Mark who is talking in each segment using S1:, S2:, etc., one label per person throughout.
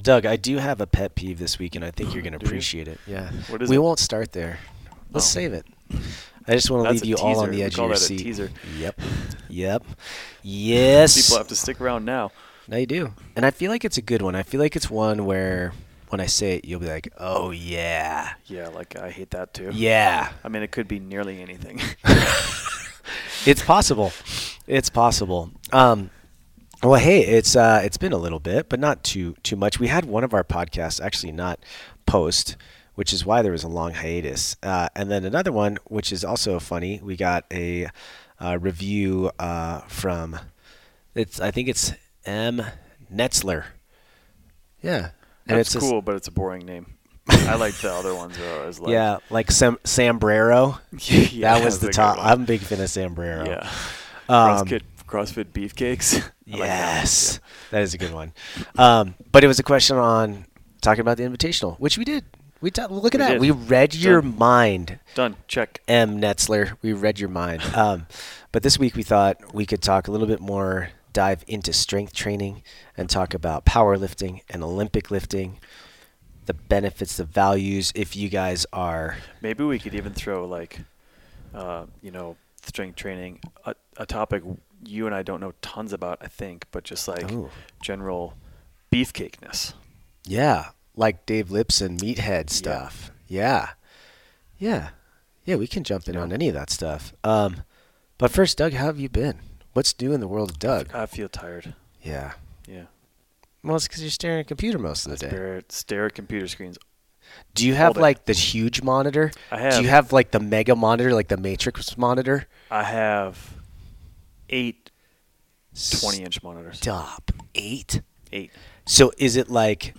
S1: Doug, I do have a pet peeve this week, and I think you're going to
S2: Do you?
S1: appreciate it.
S2: Yeah.
S1: What
S2: What
S1: is
S2: is
S1: we
S2: it?
S1: won't start there. Let's
S2: Oh.
S1: save it. I just want to
S2: That's
S1: leave you
S2: a
S1: all on
S2: teaser.
S1: the
S2: We
S1: edge
S2: call
S1: of your
S2: that a
S1: seat.
S2: teaser.
S1: Yep. Yep. Yes.
S2: People have to stick around now.
S1: No, you do. And I feel like it's a good one. I feel like it's one where when I say it, you'll be like, oh, yeah.
S2: Yeah, like I hate that too.
S1: Yeah.
S2: I mean, it could be nearly anything.
S1: it's possible. It's possible. Um, well, hey, it's uh, it's been a little bit, but not too too much. We had one of our podcasts actually not post, which is why there was a long hiatus, uh, and then another one, which is also funny. We got a uh, review uh, from it's I think it's M Netzler. Yeah, and
S2: That's
S1: it's a s-
S2: cool, but it's a boring name. I like the other ones though. I was like,
S1: yeah, like Sam Sambrero.
S2: Yeah,
S1: that was the
S2: that's a good
S1: top.
S2: one.
S1: I'm a big fan of Sambrero.
S2: yeah.
S1: Um,
S2: CrossFit, CrossFit beefcakes. I like that one,
S1: Yes, that is a good one. Um, but it was a question on talking about the invitational, which we did. We ta- look at
S2: We
S1: that.
S2: did.
S1: We read your
S2: Done.
S1: mind,
S2: too. Done. Check.
S1: M. Netzler. We read your mind. Um, but this week we thought we could talk a little bit more, dive into strength training, and talk about powerlifting and Olympic lifting, the benefits, the values. If you guys are
S2: Maybe we could even throw like, uh, you know, strength training, a, a topic you and I don't know tons about, I think, but just like
S1: Ooh.
S2: general beefcakeness.
S1: Yeah, like Dave Lipson meathead stuff. Yeah. yeah, yeah, We can jump in on any of that stuff. Um, but first, Doug, how have you been? What's new in the world of Doug?
S2: I feel tired.
S1: Yeah.
S2: Yeah.
S1: Well, it's because you're staring at a computer most of the day.
S2: Stare, stare at computer screens.
S1: Do you have
S2: all day.
S1: like the huge monitor?
S2: I
S1: Do
S2: have-
S1: you have like the mega monitor, like the Matrix monitor?
S2: I have eight 20 inch monitors.
S1: Stop. Eight.
S2: Eight.
S1: So is it like,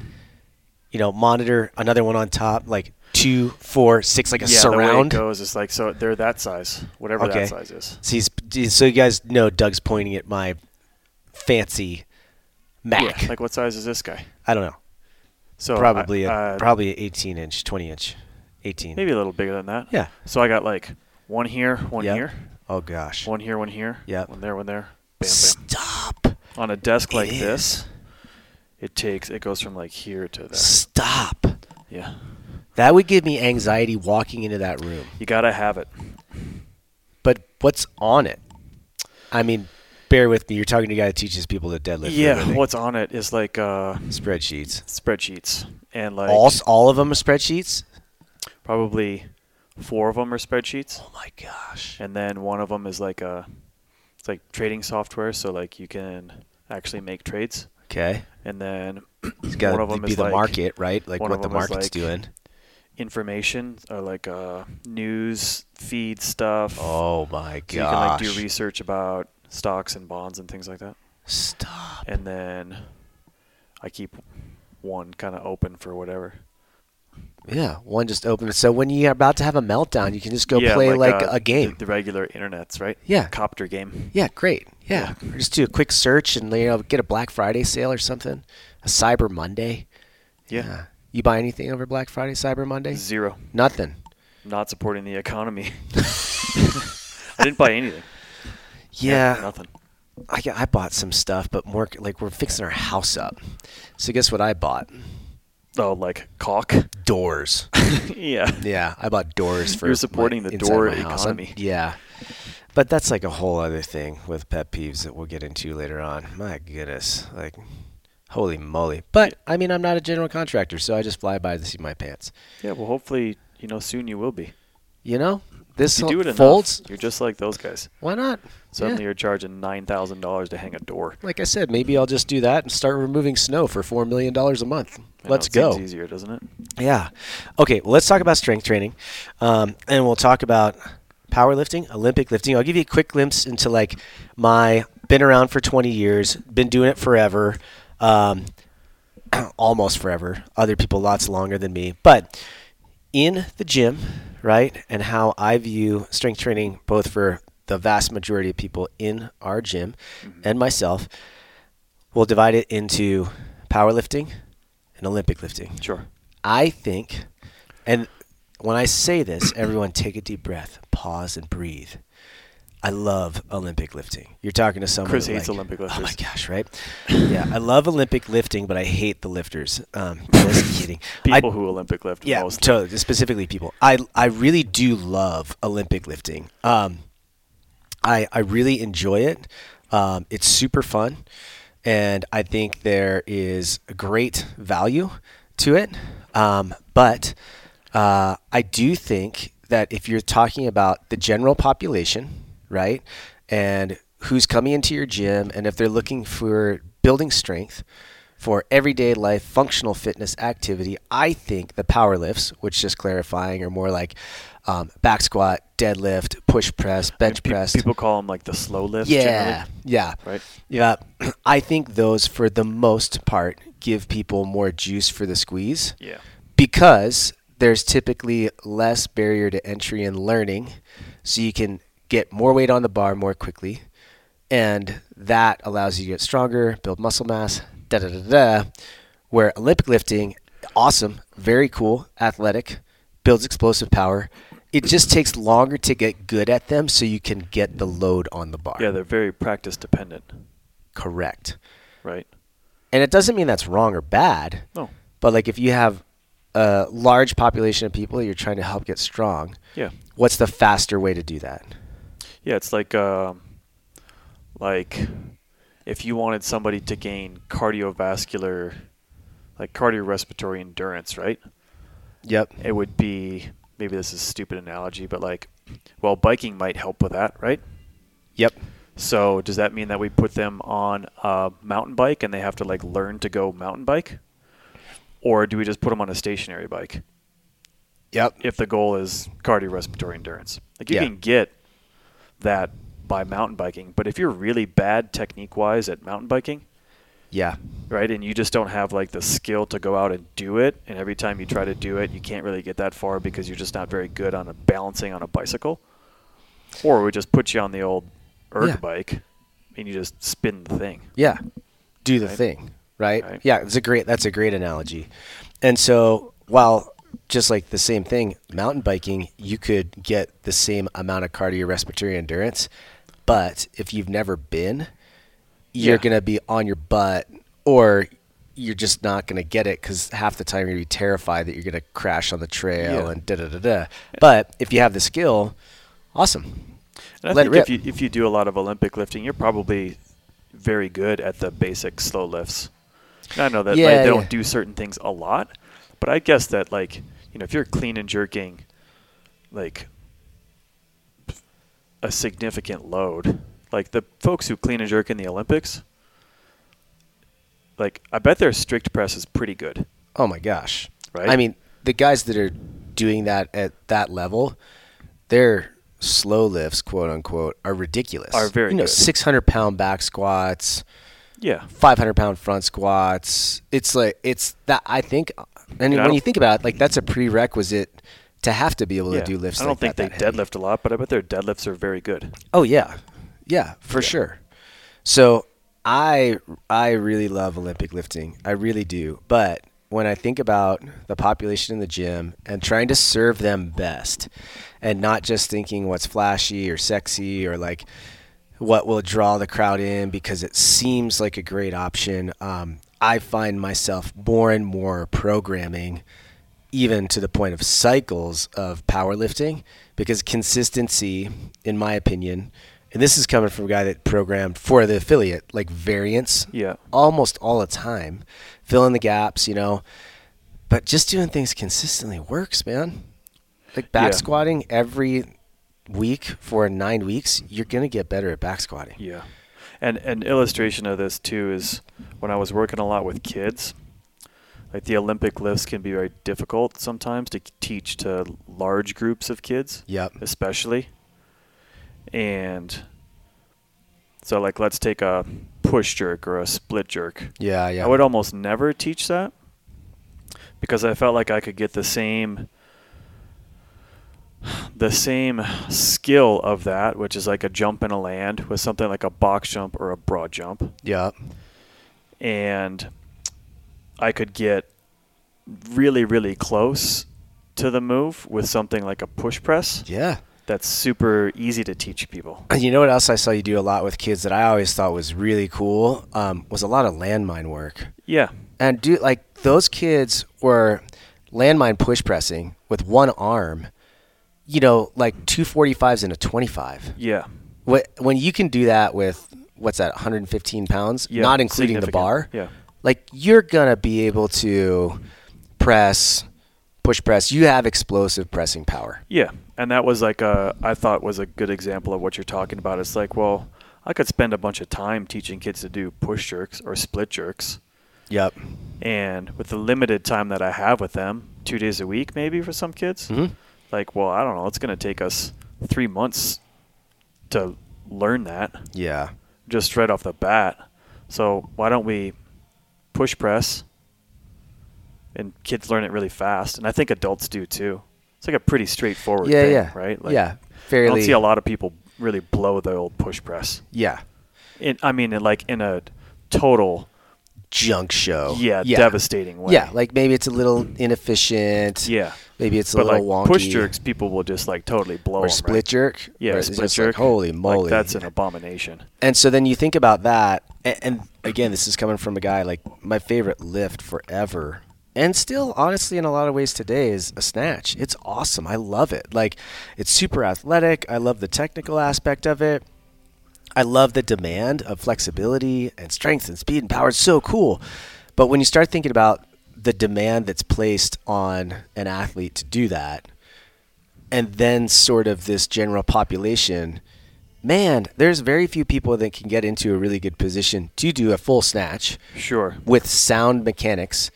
S1: you know, monitor another one on top, like two, four, six, like a
S2: yeah, the way it
S1: surround?
S2: goes is like so they're that size, whatever
S1: Okay.
S2: that size is.
S1: So, he's, so you guys know Doug's pointing at my fancy Mac.
S2: Yeah, like what size is this guy?
S1: I don't know.
S2: So
S1: probably
S2: I-
S1: a,
S2: uh,
S1: probably a 18 inch, 20 inch, 18.
S2: maybe a little bigger than that.
S1: Yeah.
S2: So I got like one here, one
S1: Yep.
S2: here,
S1: Oh gosh.
S2: one here, one here.
S1: Yep.
S2: One there, one there. Bam, bam.
S1: Stop.
S2: On a desk
S1: It
S2: like
S1: is.
S2: this, it takes it goes from like here to there.
S1: Stop.
S2: Yeah.
S1: That would give me anxiety walking into that room.
S2: You gotta have it.
S1: But what's on it? I mean, bear with me. You're talking to a guy that teaches people to deadlift. for a
S2: yeah.
S1: living.
S2: What's on it is like uh,
S1: spreadsheets?
S2: spreadsheets and like
S1: all all of them are spreadsheets.
S2: probably four of them are spreadsheets.
S1: Oh my gosh.
S2: and then one of them is like a it's like trading software so like you can actually make trades
S1: Okay.
S2: and then
S1: It's got
S2: one of
S1: to
S2: them
S1: be
S2: is
S1: the
S2: like
S1: market, right? Like
S2: one
S1: what
S2: of
S1: the
S2: them is
S1: market's
S2: like-
S1: doing.
S2: information or like uh, news feed stuff
S1: Oh my
S2: so you can like
S1: gosh.
S2: do research about stocks and bonds and things like that
S1: Stop.
S2: and then i keep one kind of open for whatever
S1: Yeah, one just opened. So when you're about to have a meltdown, you can just go play like,
S2: uh,
S1: a, game.
S2: the, the regular internets right
S1: Yeah.
S2: copter game
S1: yeah, great. Yeah. Or just do a quick search and you know get a Black Friday sale or something, a Cyber Monday.
S2: yeah,
S1: You buy anything over Black Friday, Cyber Monday?
S2: zero
S1: Nothing.
S2: not supporting the economy i didn't buy anything
S1: Yeah,
S2: nothing
S1: I, I bought some stuff, but more like we're fixing our house up. So guess what I bought?
S2: Oh, like caulk.
S1: Doors.
S2: yeah.
S1: Yeah, I bought doors for
S2: You're supporting
S1: my-
S2: the
S1: inside
S2: door
S1: my house. I'm-
S2: economy.
S1: Yeah, but that's like a whole other thing with pet peeves that we'll get into later on. My goodness, like holy moly! But I mean, I'm not a general contractor, so I just fly by the seat of my pants.
S2: Yeah. Well, hopefully, you know, soon you will be.
S1: You know, this
S2: If you
S1: whole-
S2: do it enough,
S1: folds.
S2: you're just like those guys.
S1: Why not?
S2: Suddenly,
S1: Yeah.
S2: you're charging nine thousand dollars to hang a door.
S1: Like I said, maybe I'll just do that and start removing snow for four million dollars a month.
S2: I know,
S1: Let's
S2: it
S1: go.
S2: Seems easier, doesn't it?
S1: Yeah. Okay. Well, let's talk about strength training, um, and we'll talk about powerlifting, Olympic lifting. I'll give you a quick glimpse into like my been around for 20 years, been doing it forever, um, almost forever. Other people lots longer than me, but in the gym, right? And how I view strength training, both for the vast majority of people in our gym
S2: Mm-hmm.
S1: and myself, we'll divide it into powerlifting and Olympic lifting.
S2: Sure.
S1: I think, and when I say this, everyone take a deep breath, pause, and breathe. I love Olympic lifting. You're talking to someone.
S2: Chris
S1: who,
S2: hates
S1: like,
S2: Olympic
S1: Oh my
S2: lifters.
S1: gosh, right? yeah, I love Olympic lifting, but I hate the lifters. Um, just kidding. I-
S2: People who Olympic lift
S1: yeah,
S2: most.
S1: totally. Specifically, people. I I really do love Olympic lifting. Um, I I really enjoy it. Um, it's super fun, and I think there is great value to it. Um, but uh, I do think that if you're talking about the general population, right, and who's coming into your gym, and if they're looking for building strength, for everyday life functional fitness activity, I think the power lifts, which just clarifying, are more like um, back squat, deadlift, push press, bench
S2: Pe-
S1: press.
S2: People call them like the slow lift.
S1: yeah,
S2: generally,
S1: yeah,
S2: Right.
S1: yeah. I think those, for the most part, give people more juice for the squeeze
S2: Yeah.
S1: because there's typically less barrier to entry and learning, so you can get more weight on the bar more quickly, and that allows you to get stronger, build muscle mass, da da da da. Where Olympic lifting, awesome, very cool, athletic, builds explosive power. It just takes longer to get good at them, so you can get the load on the bar.
S2: Yeah, they're very practice dependent,
S1: correct.
S2: right? Oh,
S1: And it doesn't mean that's wrong or bad.
S2: No.
S1: But like if you have a large population of people you're trying to help get strong,
S2: Yeah.
S1: what's the faster way to do that?
S2: Yeah, it's like um, like if you wanted somebody to gain cardiovascular like cardiorespiratory endurance, right?
S1: Yep.
S2: It would be maybe this is a stupid analogy, but like well, biking might help with that, right?
S1: Yep.
S2: So does that mean that we put them on a mountain bike and they have to like learn to go mountain bike? Or do we just put them on a stationary bike
S1: Yep.
S2: if the goal is cardiorespiratory endurance? Like you
S1: Yeah.
S2: can get that by mountain biking, but if you're really bad technique wise at mountain biking,
S1: Yeah.
S2: right, and you just don't have like the skill to go out and do it, and every time you try to do it, you can't really get that far because you're just not very good on a balancing on a bicycle. Or we just put you on the old erg
S1: Yeah.
S2: bike and you just spin the thing.
S1: Yeah. Do the
S2: Right.
S1: thing, right?
S2: Right.
S1: Yeah, it's a great that's a great analogy. And so while just like the same thing, mountain biking, you could get the same amount of cardiorespiratory endurance, but if you've never been, you're
S2: Yeah.
S1: going to be on your butt or you're just not going to get it because half the time you're gonna be terrified that you're going to crash on the trail
S2: Yeah.
S1: and da da da da. But if you have the skill, awesome.
S2: And I
S1: Let it
S2: think
S1: rip.
S2: if you if you do a lot of Olympic lifting, you're probably very good at the basic slow lifts. And I know that like,
S1: Yeah,
S2: they
S1: yeah.
S2: don't do certain things a lot, but I guess that like you know if you're clean and jerking, like a significant load, like the folks who clean and jerk in the Olympics, like I bet their strict press is pretty good.
S1: Oh my gosh.
S2: Right?
S1: I mean, the guys that are doing that at that level, their slow lifts, quote unquote, are ridiculous.
S2: Are very
S1: you know
S2: good.
S1: six hundred pound back squats,
S2: Yeah,
S1: five hundred pound front squats. It's like it's that I think, and
S2: Yeah, I
S1: when you
S2: don't-
S1: think about it, like that's a prerequisite to have to be able
S2: yeah.
S1: to do lifts.
S2: I don't
S1: like
S2: think
S1: that,
S2: they
S1: that heavy.
S2: deadlift a lot, but I bet their deadlifts are very good.
S1: Oh yeah, yeah, for sure. So I I really love Olympic lifting. I really do. But when I think about the population in the gym and trying to serve them best, and not just thinking what's flashy or sexy or like what will draw the crowd in because it seems like a great option. Um, I find myself more and more programming, even to the point of cycles of powerlifting, because consistency, in my opinion, and this is coming from a guy that programmed for the affiliate, like variance
S2: Yeah.
S1: almost all the time, fill in the gaps, you know. But just doing things consistently works, man. Like back
S2: Yeah.
S1: squatting every week for nine weeks, you're gonna get better at back squatting.
S2: Yeah. And an illustration of this too is when I was working a lot with kids, like the Olympic lifts can be very difficult sometimes to teach to large groups of kids,
S1: Yep.
S2: especially. And so like let's take a push jerk or a split jerk.
S1: Yeah, yeah.
S2: I would almost never teach that because I felt like I could get the same the same skill of that, which is like a jump and a land with something like a box jump or a broad jump.
S1: Yep.
S2: And I could get really, really close to the move with something like a push press
S1: Yeah.
S2: that's super easy to teach people.
S1: You know what else I saw you do a lot with kids that I always thought was really cool um, was a lot of landmine work.
S2: Yeah.
S1: And do like those kids were landmine push pressing with one arm, you know, like two forty fives and a twenty five.
S2: Yeah.
S1: What when you can do that with what's that, one hundred and fifteen pounds,
S2: Yeah.
S1: not including the
S2: Significant.
S1: bar.
S2: Yeah.
S1: Like you're gonna be able to press, push press. You have explosive pressing power.
S2: Yeah, and that was like a I thought was a good example of what you're talking about. It's like, well, I could spend a bunch of time teaching kids to do push jerks or split jerks,
S1: Yep.
S2: and with the limited time that I have with them, two days a week maybe for some kids,
S1: Mhm.
S2: like, well, I don't know, it's going to take us three months to learn that
S1: Yeah.
S2: just right off the bat. So why don't we push press? And kids learn it really fast, and I think adults do too. It's like a pretty straightforward
S1: Yeah,
S2: thing,
S1: yeah.
S2: right?
S1: yeah.
S2: I
S1: Fairly
S2: don't see a lot of people really blow the old push press.
S1: Yeah.
S2: In, I mean, in like in a total,
S1: Junk show.
S2: yeah, devastating way.
S1: Oh, Yeah, like maybe it's a little inefficient.
S2: yeah.
S1: Maybe it's a
S2: But like
S1: little wonky.
S2: push jerks, people will just like totally blow
S1: or
S2: 'em,
S1: split
S2: right?
S1: jerk.
S2: Yeah,
S1: where it's
S2: split
S1: just
S2: jerk.
S1: Like, Holy
S2: Like,
S1: moly!
S2: that's an abomination.
S1: and so then you think about that, and, and again, this is coming from a guy like my favorite lift forever, and still, honestly, in a lot of ways today is a snatch. It's awesome. I love it. Like, it's super athletic. I love the technical aspect of it. I love the demand of flexibility and strength and speed and power. It's so cool. But when you start thinking about the demand that's placed on an athlete to do that, and then sort of this general population, man, there's very few people that can get into a really good position to do a full snatch
S2: Sure.
S1: with sound mechanics.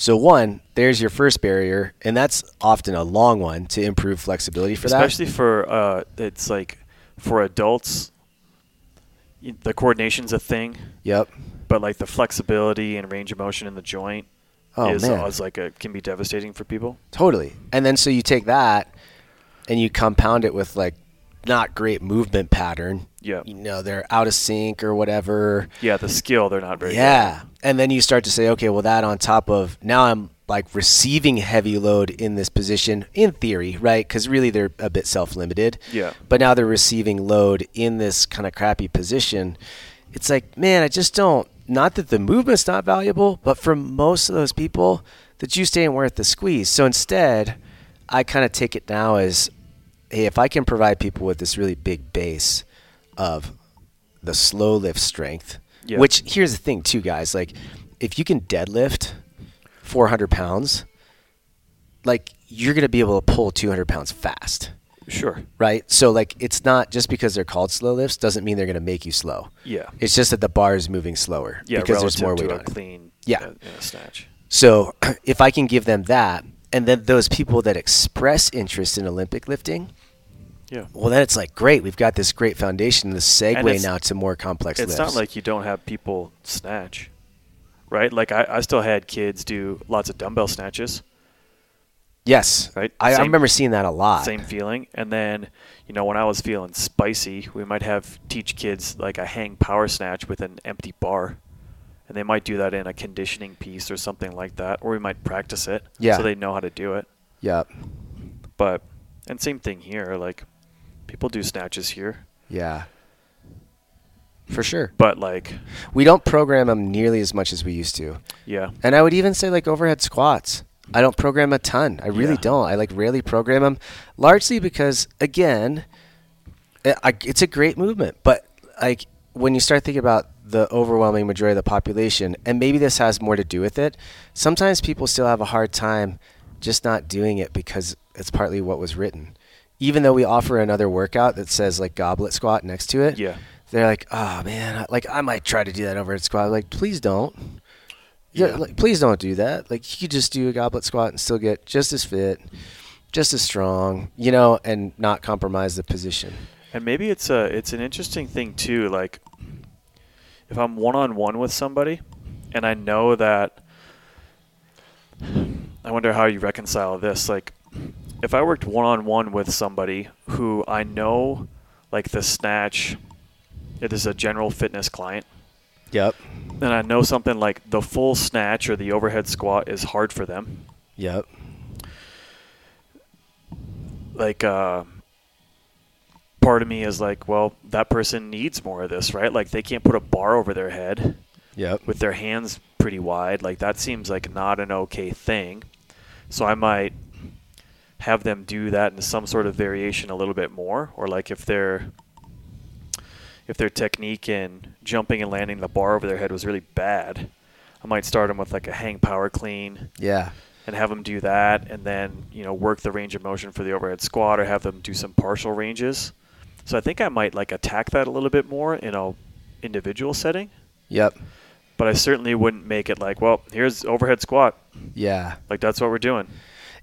S1: So one, there's your first barrier, and that's often a long one to improve flexibility for that.
S2: Especially for uh, it's like for adults, y- the coordination's a thing,
S1: Yep.
S2: but like the flexibility and range of motion in the joint
S1: Oh,
S2: is, uh,
S1: man.
S2: is like a, can be devastating for people.
S1: Totally. And then so you take that and you compound it with like not great movement pattern.
S2: Yeah.
S1: You know, they're out of sync or whatever.
S2: Yeah, the skill they're not very. good at.
S1: Yeah. And then you start to say, okay, well, that on top of now I'm like receiving heavy load in this position in theory, right? Because really they're a bit self limited.
S2: Yeah.
S1: But now they're receiving load in this kind of crappy position. It's like, man, I just don't. Not that the movement's not valuable, but for most of those people, the juice ain't worth the squeeze. So instead, I kind of take it now as hey, if I can provide people with this really big base of the slow lift strength,
S2: Yeah.
S1: which here's the thing too, guys. Like, if you can deadlift 400 pounds, like you're gonna be able to pull 200 pounds fast,
S2: Sure.
S1: right? So like, it's not just because they're called slow lifts doesn't mean they're gonna make you slow.
S2: Yeah.
S1: It's just that the bar is moving slower
S2: yeah,
S1: because
S2: relative
S1: there's more
S2: to
S1: weight
S2: a
S1: on it.
S2: clean
S1: Yeah.
S2: and a snatch.
S1: So if I can give them that, and then those people that express interest in Olympic lifting,
S2: Yeah.
S1: well, then it's like great. We've got this great foundation, this segue
S2: it's-
S1: now to more complex
S2: It's
S1: lifts.
S2: not like you don't have people snatch, right? Like I, I still had kids do lots of dumbbell snatches,
S1: yes,
S2: Right?
S1: I, I
S2: Same-
S1: remember seeing that a lot.
S2: same feeling. And then, you know, when I was feeling spicy, we might have teach kids like a hang power snatch with an empty bar. And they might do that in a conditioning piece or something like that, or we might practice it
S1: Yeah.
S2: so they know how to do it.
S1: Yep.
S2: But and same thing here, like people do snatches here,
S1: Yeah. For sure.
S2: but like
S1: We don't program them nearly as much as we used to.
S2: yeah,
S1: And I would even say like overhead squats. I don't program a ton. I really
S2: Yeah.
S1: don't. I like rarely program them, largely because again, I- I, it's a great movement. But like when you start thinking about the overwhelming majority of the population, and maybe this has more to do with it, sometimes people still have a hard time just not doing it because it's partly what was written. Even though we offer another workout that says like goblet squat next to it,
S2: Yeah.
S1: they're like, oh man, I- like I might try to do that overhead squat. I'm like, please don't. Yeah,
S2: Yeah.
S1: like, please don't do that. Like you could just do a goblet squat and still get just as fit, just as strong, you know, and not compromise the position.
S2: And maybe it's a it's an interesting thing too. Like, if I'm one on one with somebody, and I know that, I wonder how you reconcile this. Like, if I worked one on one with somebody who I know, like the snatch, it is a general fitness client,
S1: Yep.
S2: and I know something like the full snatch or the overhead squat is hard for them.
S1: Yep.
S2: Like, uh, part of me is like, well, that person needs more of this, right? Like they can't put a bar over their head
S3: Yep.
S2: with their hands pretty wide. Like that seems like not an okay thing. So I might have them do that in some sort of variation a little bit more, or like if their if their technique in jumping and landing the bar over their head was really bad, I might start them with like a hang power clean
S3: Yeah.
S2: and have them do that, and then you know work the range of motion for the overhead squat, or have them do some partial ranges. So I think I might like attack that a little bit more in a individual setting
S3: Yep.
S2: but I certainly wouldn't make it like, well, here's overhead squat.
S3: Yeah.
S2: Like that's what we're doing.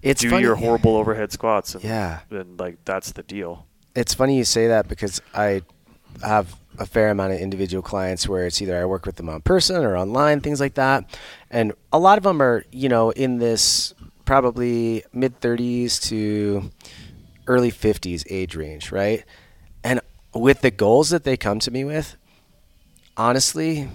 S1: It's
S2: Do
S1: funny.
S2: your horrible overhead squats, and
S3: Yeah.
S2: then like that's the deal.
S3: It's funny you say that because I have a fair amount of individual clients where it's either I work with them on person or online, things like that.
S1: and a lot of them are you know in this probably mid 30s to early 50s age range right and with the goals that they come to me with honestly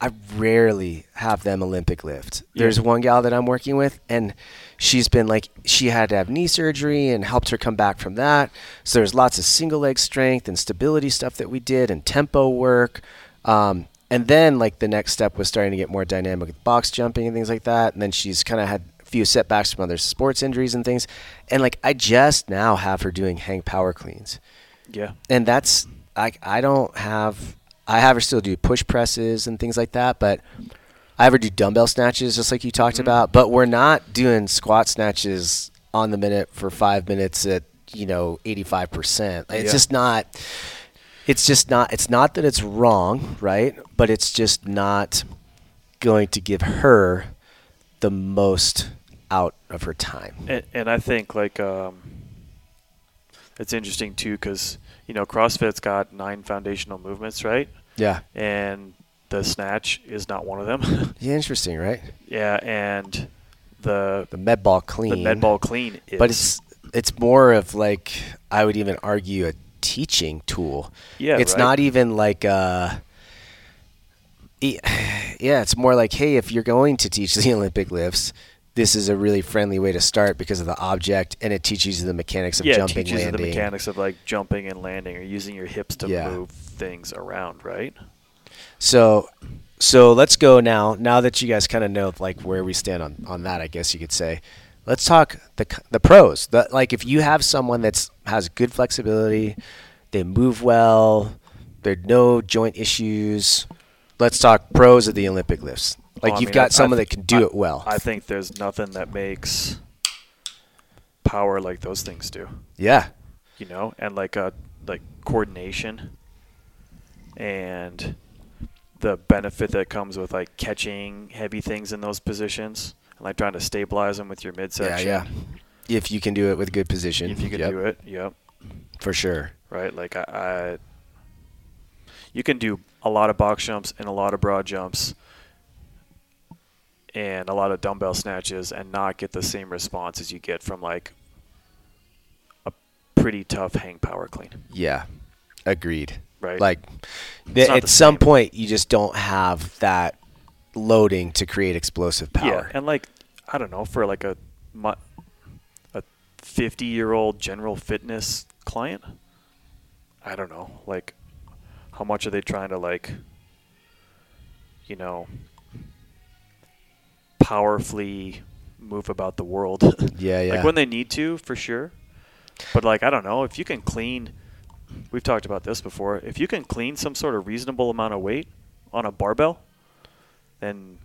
S1: i rarely have them olympic lift there's
S2: Yeah.
S1: one gal that i'm working with and she's been like she had to have knee surgery and helped her come back from that so there's lots of single leg strength and stability stuff that we did and tempo work um, and then like the next step was starting to get more dynamic with box jumping and things like that. And then she's kind of had a few setbacks from other sports injuries and things. And like I just now have her doing hang power cleans,
S2: Yeah,
S1: and that's like I don't have. I have her still do push presses and things like that, but I have her do dumbbell snatches just like you talked
S2: Mm-hmm.
S1: about. But we're not doing squat snatches on the minute for five minutes at you know eighty five percent. It's
S2: Yeah.
S1: just not it's just not it's not that it's wrong right but it's just not going to give her the most out of her time
S2: and, and I think like um, it's interesting too because you know CrossFit's got nine foundational movements, right?
S3: Yeah.
S2: And the snatch is not one of them.
S1: yeah interesting right
S2: yeah, and the
S1: the med ball clean
S2: the med ball clean. Is,
S1: but it's it's more of like i would even argue a teaching tool
S2: Yeah,
S1: it's
S2: right.
S1: not even like uh e- yeah it's more like hey if you're going to teach the olympic lifts this is a really friendly way to start because of the object and it teaches you the mechanics of
S2: yeah, it
S1: jumping
S2: teaches you
S1: landing
S2: the mechanics of like jumping and landing, or using your hips to
S1: Yeah.
S2: move things around, right?
S1: So, so let's go now. Now that you guys kind of know like where we stand on on that, I guess you could say, let's talk the c- the pros. The, like if you have someone that's has good flexibility, they move well, there are no joint issues. Let's talk pros of the Olympic lifts. Like
S2: Well, I
S1: you've
S2: mean, I- I
S1: got someone
S2: th-
S1: that can do
S2: I-
S1: it well.
S2: I think there's nothing that makes power like those things do,
S1: yeah,
S2: you know, and like uh like coordination and the benefit that comes with like catching heavy things in those positions and like trying to stabilize them with your midsection.
S1: yeah, yeah. If you can do it with good position,
S2: If you can
S1: Yep,
S2: do it, yep.
S1: for sure.
S2: right? Like I, I, you can do a lot of box jumps and a lot of broad jumps and a lot of dumbbell snatches and not get the same response as you get from like a pretty tough hang power clean.
S1: Yeah, agreed.
S2: Right.
S1: Like
S2: It's
S1: th-
S2: not
S1: at
S2: the
S1: some
S2: same.
S1: point, you just don't have that loading to create explosive power.
S2: Yeah, and like I don't know for like a mu- a fifty year old general fitness client, I don't know like how much are they trying to like you know powerfully move about the world.
S3: Yeah, yeah.
S2: Like when they need to, for sure. But like I don't know if you can clean. We've talked about this before. If you can clean some sort of reasonable amount of weight on a barbell, then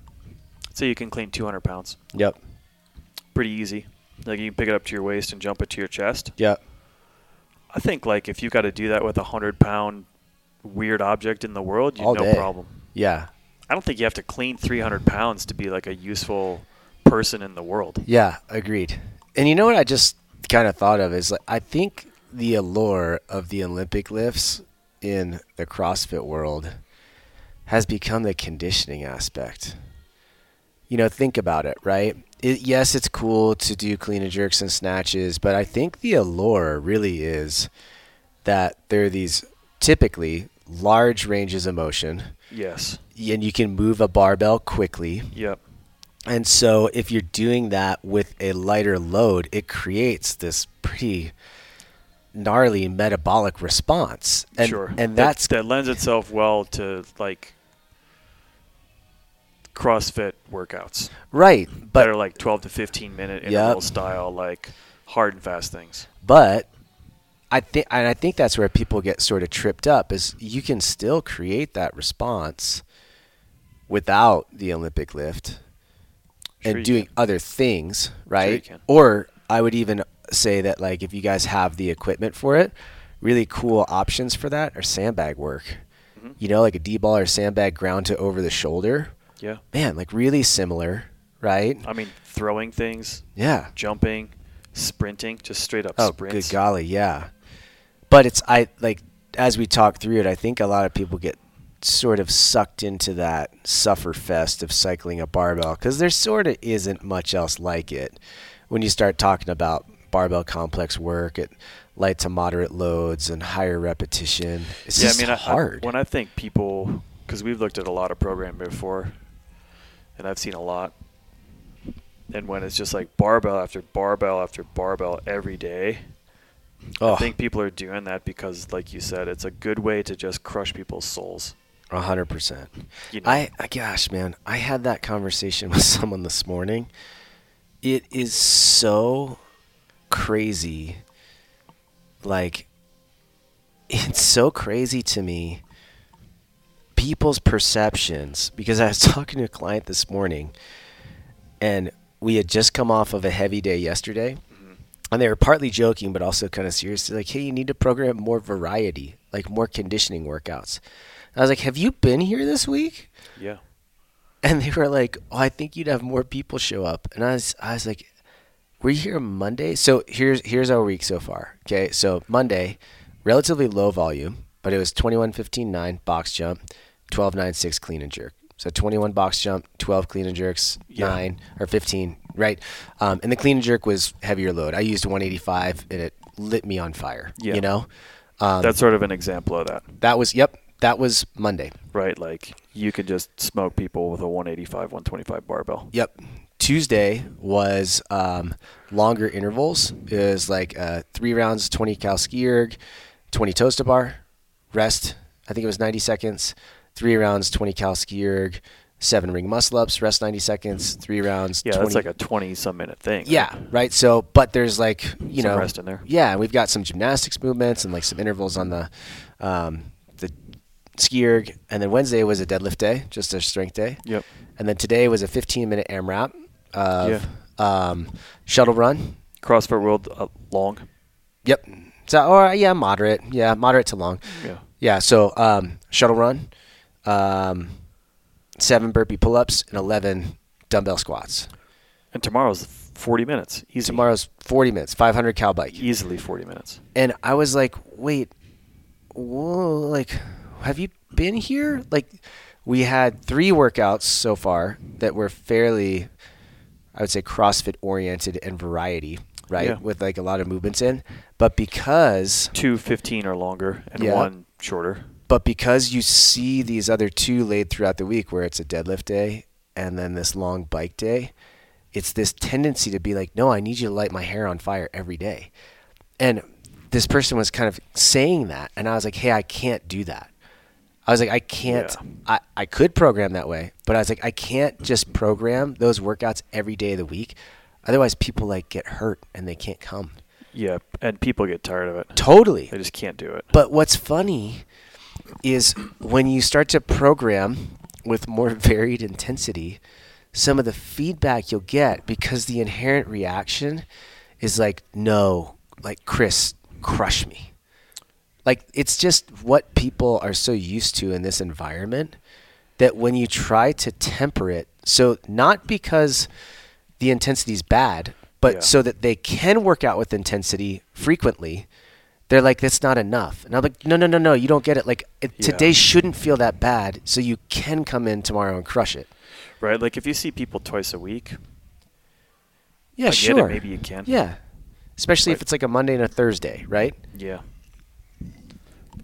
S2: say you can clean 200 pounds,
S3: Yep.
S2: pretty easy. Like you can pick it up to your waist and jump it to your chest.
S3: Yep.
S2: I think like if you got to do that with a hundred pound weird object in the world, you
S3: All
S2: no
S3: day.
S2: problem.
S3: Yeah.
S2: I don't think you have to clean 300 pounds to be like a useful person in the world.
S3: Yeah. Agreed.
S1: And you know what I just kind of thought of is like I think the allure of the Olympic lifts in the CrossFit world has become the conditioning aspect. You know, think about it, right? It, yes, it's cool to do clean and jerks and snatches, but I think the allure really is that there are these typically large ranges of motion
S2: Yes.
S1: and you can move a barbell quickly.
S2: Yep.
S1: And so if you're doing that with a lighter load, it creates this pretty gnarly metabolic response. And,
S2: sure.
S1: And
S2: That-
S1: that's
S2: that lends itself well to like CrossFit workouts
S1: right.
S2: that
S1: But
S2: are like 12 to 15 minute
S1: Yep.
S2: interval style, like hard and fast things.
S1: but I think and I think that's where people get sort of tripped up is you can still create that response without the Olympic lift
S2: Sure you
S1: and doing other things, right?
S2: can.
S1: Or I would even say that like if you guys have the equipment for it, really cool options for that are sandbag work.
S2: Mm-hmm.
S1: You know, like a D ball or sandbag ground to over the shoulder.
S2: Yeah.
S1: Man, like really similar, right?
S2: I mean, throwing things,
S1: Yeah.
S2: jumping, sprinting, just straight up
S1: Oh,
S2: sprints.
S1: good golly, yeah. But it's I like as we talk through it, I think a lot of people get sort of sucked into that suffer fest of cycling a barbell because there sort of isn't much else like it. When you start talking about barbell complex work at light to moderate loads and higher repetition, it's just hard.
S2: when I think people, because we've looked at a lot of programming before, and I've seen a lot, and when it's just like barbell after barbell after barbell every day,
S1: oh,
S2: I think people are doing that because, like you said, it's a good way to just crush people's souls.
S1: A hundred percent.
S2: You know.
S1: I, I gosh, man, I had that conversation with someone this morning. It is so crazy. Like, it's so crazy to me. People's perceptions, because I was talking to a client this morning, and we had just come off of a heavy day yesterday and they were partly joking but also kind of serious They're like hey you need to program more variety like more conditioning workouts and i was like have you been here this week
S2: Yeah.
S1: and they were like oh i think you'd have more people show up and i was, I was like were you here monday so here's here's our week so far okay so monday relatively low volume but it was 21.15.9 box jump 12.96 clean and jerk so 21 box jump 12 clean and jerks
S2: Yeah.
S1: 9 nine or 15, right? Um, and the clean and jerk was heavier load. I used 185 and it lit me on fire,
S2: Yeah.
S1: you know? Um,
S2: That's sort of an example of that,
S1: That was, yep, that was Monday.
S2: right? Like you could just smoke people with a 185, 125 barbell.
S1: Yep. Tuesday was um, longer intervals. It was like uh, three rounds, 20 cal skierg, 20 toast to bar, rest. I think it was 90 seconds. Three rounds, 20 cal skierg, seven ring muscle ups, rest 90 seconds, three rounds,
S2: Yeah,
S1: 20
S2: that's like a 20 some minute thing. right?
S1: Yeah, right. So, but there's like you
S2: Some
S1: know,
S2: rest in there.
S1: Yeah, and we've got some gymnastics movements and like some intervals on the um, the skierg, and then Wednesday was a deadlift day, just a strength day.
S2: Yep.
S1: And then today was a 15 minute AMRAP of
S2: Yeah.
S1: um, shuttle run.
S2: CrossFit World uh, long.
S1: Yep. So, or yeah, moderate. Yeah, moderate to long.
S2: Yeah.
S1: Yeah. So, um, shuttle run, um, seven burpee pull ups, and 11 dumbbell squats.
S2: And tomorrow's 40 minutes. Easy.
S1: Tomorrow's 40 minutes, 500 cow bike.
S2: Easily 40 minutes.
S1: and I was like, wait, whoa, like, have you been here? Like, we had three workouts so far that were fairly, I would say, CrossFit oriented and variety, right?
S2: Yeah.
S1: With like a lot of movements in, but because
S2: Two 15 or longer and
S1: Yeah.
S2: one shorter.
S1: but because you see these other two laid throughout the week where it's a deadlift day and then this long bike day, it's this tendency to be like, no, I need you to light my hair on fire every day. And this person was kind of saying that. And I was like, hey, I can't do that. I was like, I can't,
S2: Yeah.
S1: I, I could program that way, but I was like, I can't just program those workouts every day of the week. Otherwise, people like get hurt and they can't come.
S2: Yeah. And people get tired of it.
S1: Totally.
S2: They just can't do it.
S1: But what's funny is when you start to program with more varied intensity, some of the feedback you'll get because the inherent reaction is like, no, like, Chris, crush me. Like, it's just what people are so used to in this environment that when you try to temper it, so not because the intensity's bad, but
S2: Yeah.
S1: so that they can work out with intensity frequently, they're like, that's not enough. And I'm like, no, no, no, no, you don't get it. Like, it,
S2: Yeah.
S1: today shouldn't feel that bad, so you can come in tomorrow and crush it.
S2: Right? Like if you see people twice a week,
S1: Yeah,
S2: I get it,
S1: sure.
S2: maybe you can.
S1: Yeah. Especially if
S2: But-
S1: it's like a Monday and a Thursday, right?
S2: yeah.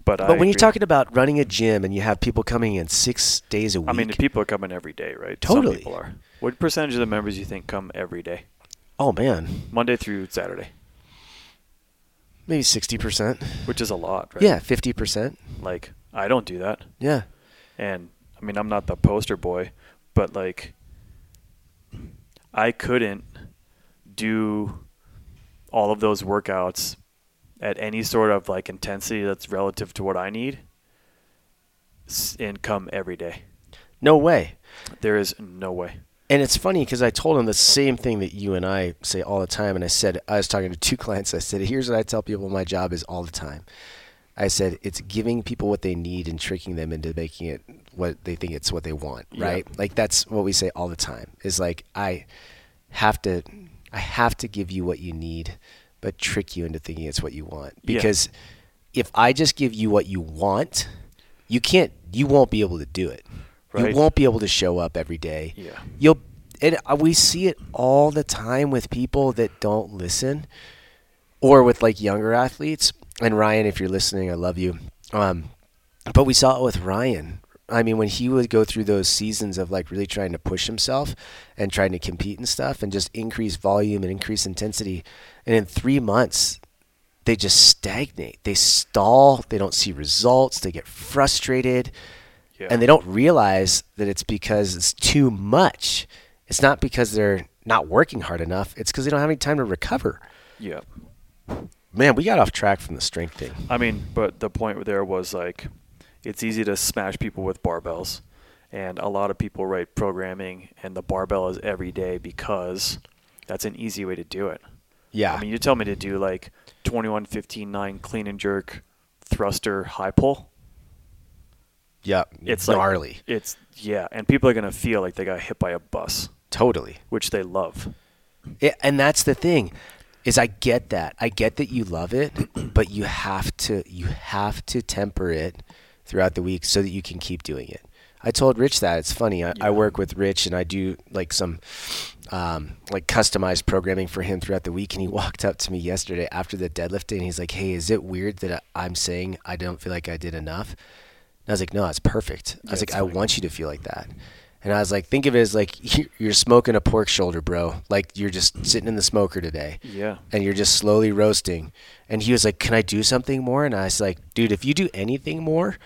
S2: But, I
S1: but when you're
S2: agree.
S1: talking about running a gym and you have people coming in six days a week,
S2: I mean, people are coming every day, right?
S1: Totally.
S2: Some people are. What percentage of the members you think come every day?
S1: oh man,
S2: Monday through Saturday.
S1: maybe 60%.
S2: which is a lot, right?
S1: Yeah, 50%.
S2: Like I don't do that,
S1: Yeah.
S2: and I mean I'm not the poster boy, but like I couldn't do all of those workouts at any sort of like intensity that's relative to what I need s- and come every day.
S1: No way.
S2: There is no way.
S1: And it's funny because I told him the same thing that you and I say all the time. And I said, I was talking to two clients. I said, here's what I tell people my job is all the time. I said, it's giving people what they need and tricking them into making it what they think it's what they want.
S2: Yeah.
S1: Right. Like that's what we say all the time is like, I have to, I have to give you what you need, but trick you into thinking it's what you want.
S2: Yeah.
S1: Because if I just give you what you want, you can't, you won't be able to do it.
S2: Right.
S1: You won't be able to show up every day
S2: Yeah.
S1: you'll and uh, we see it all the time with people that don't listen or with like younger athletes and ryan if you're listening i love you um, but we saw it with ryan i mean when he would go through those seasons of like really trying to push himself and trying to compete and stuff and just increase volume and increase intensity and in three months they just stagnate they stall they don't see results they get frustrated
S2: Yeah.
S1: and they don't realize that it's because it's too much. It's not because they're not working hard enough. It's because they don't have any time to recover.
S2: Yeah.
S1: Man, we got off track from the strength thing.
S2: I mean, but the point there was like, it's easy to smash people with barbells, and a lot of people write programming, and the barbell is every day because that's an easy way to do it.
S1: Yeah.
S2: I mean, you tell me to do like 21, 15, 9 clean and jerk, thruster, high pull.
S1: yep.
S2: It's like-
S1: gnarly.
S2: It's yeah, and people are gonna feel like they got hit by a bus,
S1: totally.
S2: which they love.
S1: It, and that's the thing is I get that. I get that you love it, but you have to you have to temper it throughout the week so that you can keep doing it. I told Rich that it's funny. I,
S2: Yeah.
S1: I work with Rich and I do like some um, like customized programming for him throughout the week. And he walked up to me yesterday after the deadlift day and he's like, "Hey, is it weird that I, I'm saying I don't feel like I did enough?" And I was like, "No, it's perfect." I was like,
S2: it's
S1: "I
S2: fine.
S1: want you to feel like that." And I was like, "Think of it as like you- you're smoking a pork shoulder, bro. Like you're just sitting in the smoker today."
S2: Yeah,
S1: and you're just slowly roasting. And he was like, Can I do something more? And I was like, Dude, if you do anything more,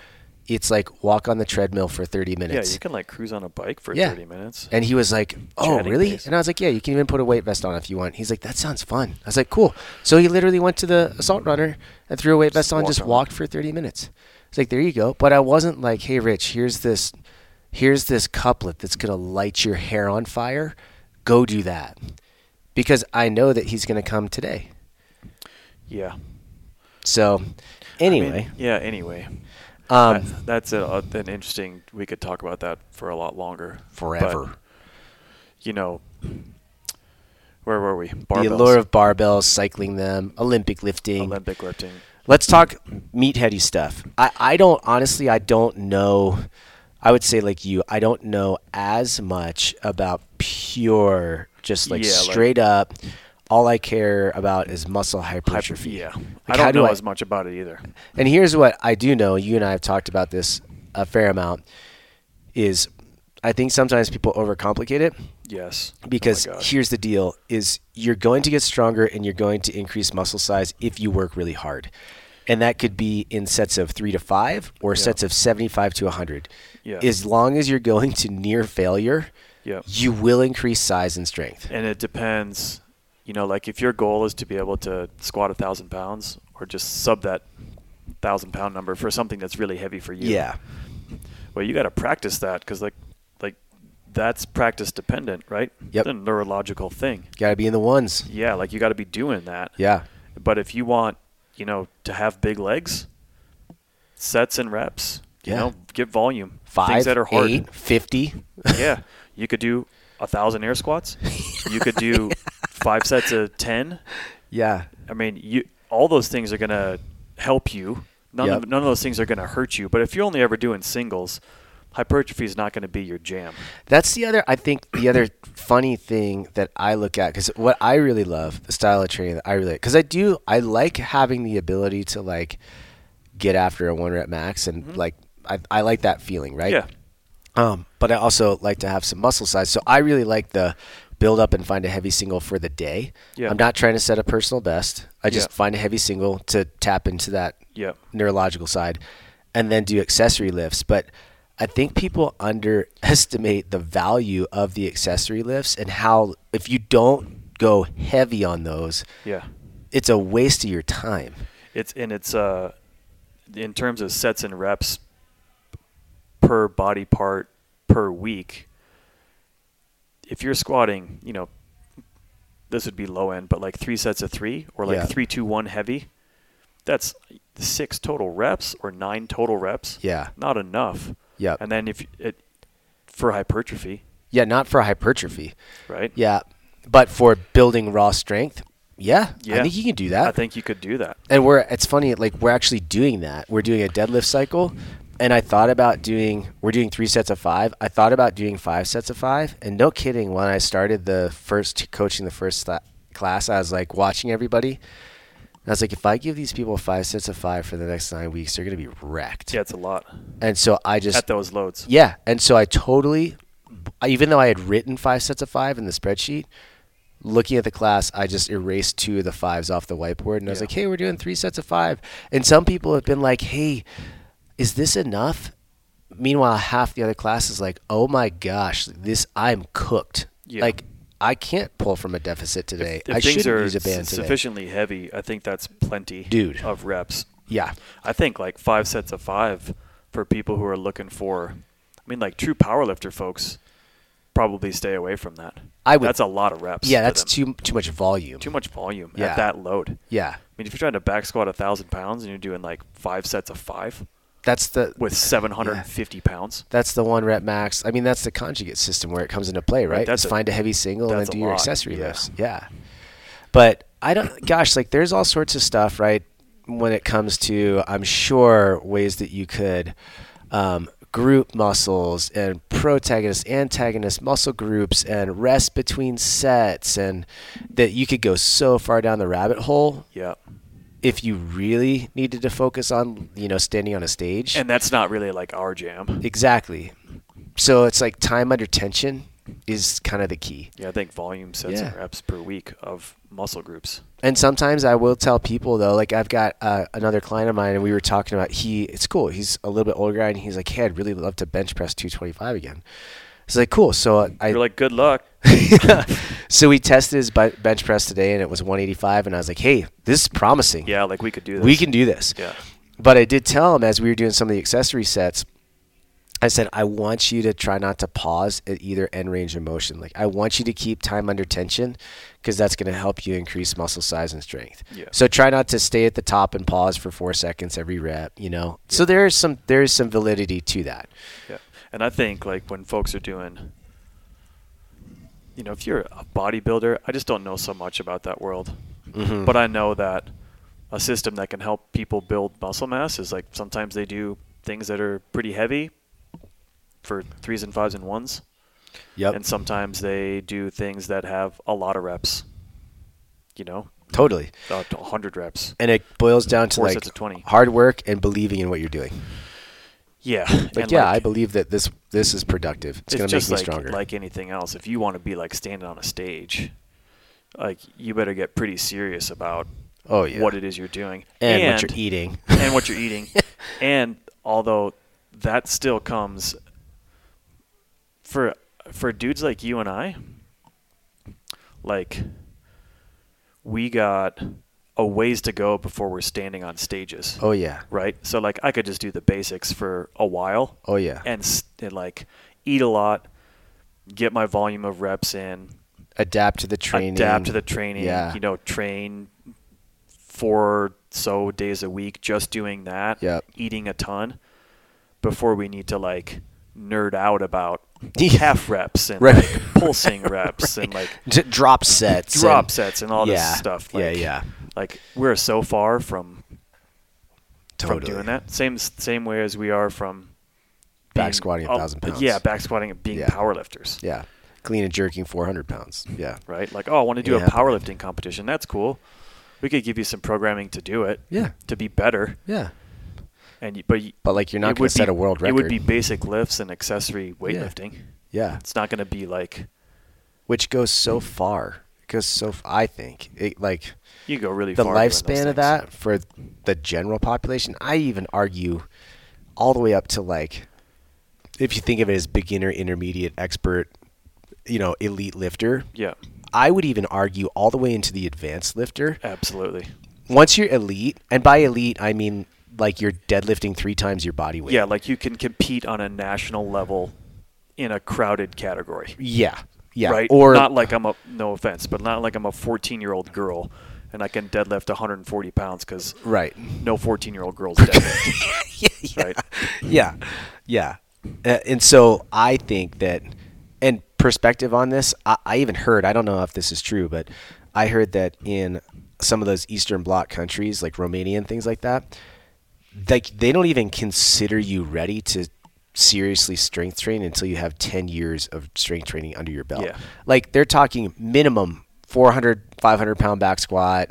S1: it's like walk on the treadmill for 30
S2: yeah,
S1: minutes.
S2: you can like cruise on a bike for
S1: Yeah.
S2: 30 minutes.
S1: and he was like, Oh,
S2: Chatting
S1: really?
S2: pace.
S1: And I was like, Yeah, you can even put a weight vest on if you want. He's like, That sounds fun. I was like, Cool. So he literally went to the assault runner and threw a weight
S2: Just
S1: vest on,
S2: walk
S1: just
S2: on it.
S1: walked for 30 minutes. It's like, There you go. But I wasn't like, Hey, Rich, here's this. Here's this couplet that's going to light your hair on fire. Go do that. Because I know that he's going to come today.
S2: Yeah.
S1: So,
S2: I mean,
S1: anyway,
S2: yeah. Anyway.
S1: um,
S2: That- that's a, a- an interesting. We could talk about that for a lot longer. But,
S1: forever.
S2: you know, where were we? Barbells,
S1: The allure of barbells, cycling them, Olympic lifting.
S2: Olympic lifting.
S1: Let's talk meatheady stuff. I, I don't honestly I don't know I would say like you, I don't know as much about pure just like
S2: Yeah, like-
S1: straight up all I care about is muscle hypertrophy.
S2: Yeah, I
S1: Like, how
S2: don't
S1: do
S2: know
S1: I-
S2: as much about it either.
S1: And here's what I do know. You and I have talked about this a fair amount. Is I think sometimes people overcomplicate it.
S2: Yes, Oh my
S1: because
S2: gosh.
S1: here's the deal is you're going to get stronger and you're going to increase muscle size if you work really hard and that could be in sets of three to five or
S2: Yeah.
S1: sets of 75 to 100
S2: Yeah.
S1: as long as you're going to near failure
S2: Yeah.
S1: you will increase size and strength
S2: and it depends. You know, like if your goal is to be able to squat a thousand pounds, or just sub that thousand pound number for something that's really heavy for you.
S1: yeah
S2: well you got to practice that because like like that's practice dependent right
S1: Yep.
S2: the neurological thing
S1: gotta be in the ones
S2: yeah like you got to be doing that
S1: yeah
S2: but if you want you know to have big legs sets and reps you
S1: Yeah.
S2: know get volume
S1: five
S2: things that are hard
S1: eight, 50
S2: yeah you could do a thousand air squats you could do five sets of ten
S1: yeah
S2: I mean, you all those things are gonna help you. None of
S1: Yep.
S2: none of those things are gonna hurt you. But if you're only ever doing singles, hypertrophy is not gonna be your jam.
S1: That's the other. I think the other funny thing that I look at because what I really love the style of training that I really because I do I like having the ability to like get after a one rep max and like I I like that feeling right
S2: Mm-hmm. yeah,
S1: um but I also like to have some muscle size so I really like the build up and find a heavy single for the day.
S2: Yeah.
S1: I'm not trying to set a personal best. I just
S2: Yeah.
S1: find a heavy single to tap into that
S2: Yeah.
S1: neurological side and then do accessory lifts. But I think people underestimate the value of the accessory lifts and how if you don't go heavy on those,
S2: Yeah.
S1: it's a waste of your time.
S2: It's and it's uh in terms of sets and reps per body part per week. If you're squatting, you know, this would be low end, but like three sets of three or like
S1: Yeah.
S2: three, two, one heavy. That's six total reps or nine total reps.
S1: Yeah.
S2: Not enough.
S1: Yep.
S2: And then if it for hypertrophy,
S1: Yeah, not for hypertrophy.
S2: right?
S1: Yeah. But for building raw strength, yeah, I
S2: Yeah.
S1: think you can do that.
S2: I think you could do that.
S1: and we're it's funny like we're actually doing that we're doing a deadlift cycle and i thought about doing we're doing three sets of five i thought about doing five sets of five and no kidding when i started the first coaching the first tha- class i was like watching everybody and i was like if i give these people five sets of five for the next nine weeks they're going to be wrecked
S2: Yeah, it's a lot
S1: and so i just
S2: at those loads.
S1: yeah, and so I totally, I- even though I had written five sets of five in the spreadsheet, looking at the class, I just erased two of the fives off the whiteboard, and I was
S2: Yeah.
S1: like, "Hey, we're doing three sets of five. And some people have been like, "Hey, is this enough?" Meanwhile, half the other class is like, "Oh my gosh, this I'm cooked.
S2: Yeah.
S1: Like, I can't pull from a deficit today.
S2: If
S1: I
S2: things
S1: shouldn't
S2: are
S1: use a band
S2: s-
S1: today."
S2: sufficiently heavy, I think that's plenty
S1: Dude.
S2: of reps.
S1: Yeah,
S2: I think like five sets of five for people who are looking for, I mean, like true powerlifter folks probably stay away from that.
S1: I would-
S2: That's a lot of reps.
S1: yeah,
S2: for
S1: that's too
S2: them.
S1: too much volume.
S2: too much volume
S1: Yeah.
S2: at that load. I
S1: Yeah,
S2: mean, if you're trying to back squat a thousand pounds and you're doing like five sets of five
S1: that's the
S2: with 750 pounds,
S1: That's the one rep max. I mean, that's the conjugate system where it comes into play, right?
S2: that's
S1: Just
S2: a-
S1: find a heavy single and then
S2: that's a
S1: do your
S2: lot,
S1: accessory
S2: yeah.
S1: lifts. Yeah. But I don't, gosh, like there's all sorts of stuff, right? When it comes to, I'm sure, ways that you could um, group muscles and protagonist, antagonist muscle groups and rest between sets, and that you could go so far down the rabbit hole
S2: yeah.
S1: if you really needed to focus on, you know, standing on a stage.
S2: And that's not really like our jam.
S1: Exactly. So it's like time under tension is kind of the key.
S2: Yeah, I think volume sets and
S1: Yeah.
S2: reps per week of muscle groups.
S1: And sometimes I will tell people though, like I've got uh, another client of mine, and we were talking about he. It's cool. He's a little bit older guy, and he's like, "Hey, I'd really love to bench press 225 again." It's like cool. So I
S2: You're like, good luck.
S1: so we tested his bu- bench press today, and it was 185, and I was like, "Hey, this is promising.
S2: Yeah, like we could do this.
S1: we can do this."
S2: Yeah.
S1: But I did tell him as we were doing some of the accessory sets, I said, I want you to try not to pause at either end range of motion. Like, I want you to keep time under tension because that's going to help you increase muscle size and strength.
S2: Yeah.
S1: So try not to stay at the top and pause for four seconds every rep, you know? So there is some, there is some validity to that.
S2: Yeah. And I think like when folks are doing you know, if you're a bodybuilder, I just don't know so much about that world.
S1: Mm-hmm.
S2: But I know that a system that can help people build muscle mass is like sometimes they do things that are pretty heavy for threes and fives and ones.
S1: Yep.
S2: And sometimes they do things that have a lot of reps. You know,
S1: totally.
S2: up to 100 reps.
S1: And it boils down to
S2: Four
S1: like
S2: sets of 20.
S1: hard work and believing in what you're doing.
S2: Yeah.
S1: Like,
S2: and
S1: yeah,
S2: like-
S1: I believe that this, this is productive. It's, going to make
S2: just
S1: me
S2: like,
S1: stronger.
S2: Like anything else, if you want to be like standing on a stage, like you better get pretty serious about
S1: oh, yeah.
S2: what it is you're doing
S1: and, what you're eating.
S2: and what you're eating. and although that still comes for for dudes like you and I, like we got a ways to go before we're standing on stages.
S1: oh, yeah.
S2: Right? So like I could just do the basics for a while
S1: Oh, yeah.
S2: and, s- and like eat a lot, get my volume of reps in,
S1: adapt to the training.
S2: adapt to the training,
S1: Yeah.
S2: you know, train four so days a week just doing that,
S1: Yep.
S2: eating a ton before we need to like nerd out about
S1: Yeah.
S2: calf reps and
S1: Right.
S2: like pulsing reps and like
S1: D- drop sets.
S2: drop
S1: and-
S2: sets and all
S1: Yeah.
S2: this stuff.
S1: Yeah, yeah.
S2: Like we're so far from
S1: Totally.
S2: from doing that. Same same way as we are from
S1: Back
S2: being
S1: squatting a
S2: up-
S1: thousand pounds.
S2: Yeah, back squatting and being
S1: Yeah.
S2: powerlifters.
S1: Yeah. Clean and jerking 400 pounds. Yeah.
S2: Right? Like, oh, I want to do
S1: Yeah.
S2: a powerlifting competition. That's cool. We could give you some programming to do it.
S1: Yeah.
S2: To be better.
S1: Yeah.
S2: And you, but you-
S1: But like you're
S2: it
S1: not going
S2: would
S1: to set
S2: be-
S1: a world
S2: It
S1: record.
S2: would be basic lifts and accessory weightlifting.
S1: Yeah.
S2: It's not going to be like
S1: which goes so far. It goes so f- I think it like
S2: You go really
S1: the
S2: far. doing those
S1: lifespan
S2: things.
S1: of that for the general population. I even argue all the way up to like if you think of it as beginner, intermediate, expert, you know, elite lifter.
S2: Yeah,
S1: I would even argue all the way into the advanced lifter.
S2: absolutely.
S1: Once you're elite, and by elite I mean like you're deadlifting three times your body weight.
S2: Yeah, like you can compete on a national level in a crowded category.
S1: Yeah. Yeah.
S2: Right?
S1: Or
S2: not like I'm a no offense, but not like I'm a 14 year old girl and I can deadlift 140 pounds because
S1: Right.
S2: no 14 year old girls deadlift. Right.
S1: Yeah. Yeah. Uh, and so I think that, and perspective on this, I, I even heard, I don't know if this is true, but I heard that in some of those Eastern Bloc countries, like Romania and things like that, like they don't even consider you ready to seriously strength train until you have 10 years of strength training under your belt.
S2: Yeah.
S1: Like they're talking minimum 400, 500 pound back squat,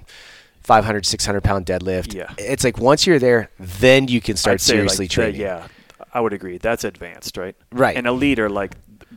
S1: 500, 600 pound deadlift.
S2: Yeah.
S1: It's like once you're there, then you can start
S2: I'd say, like,
S1: seriously
S2: the-
S1: training.
S2: yeah, I would agree. That's advanced, right?
S1: Right.
S2: And a leader like th-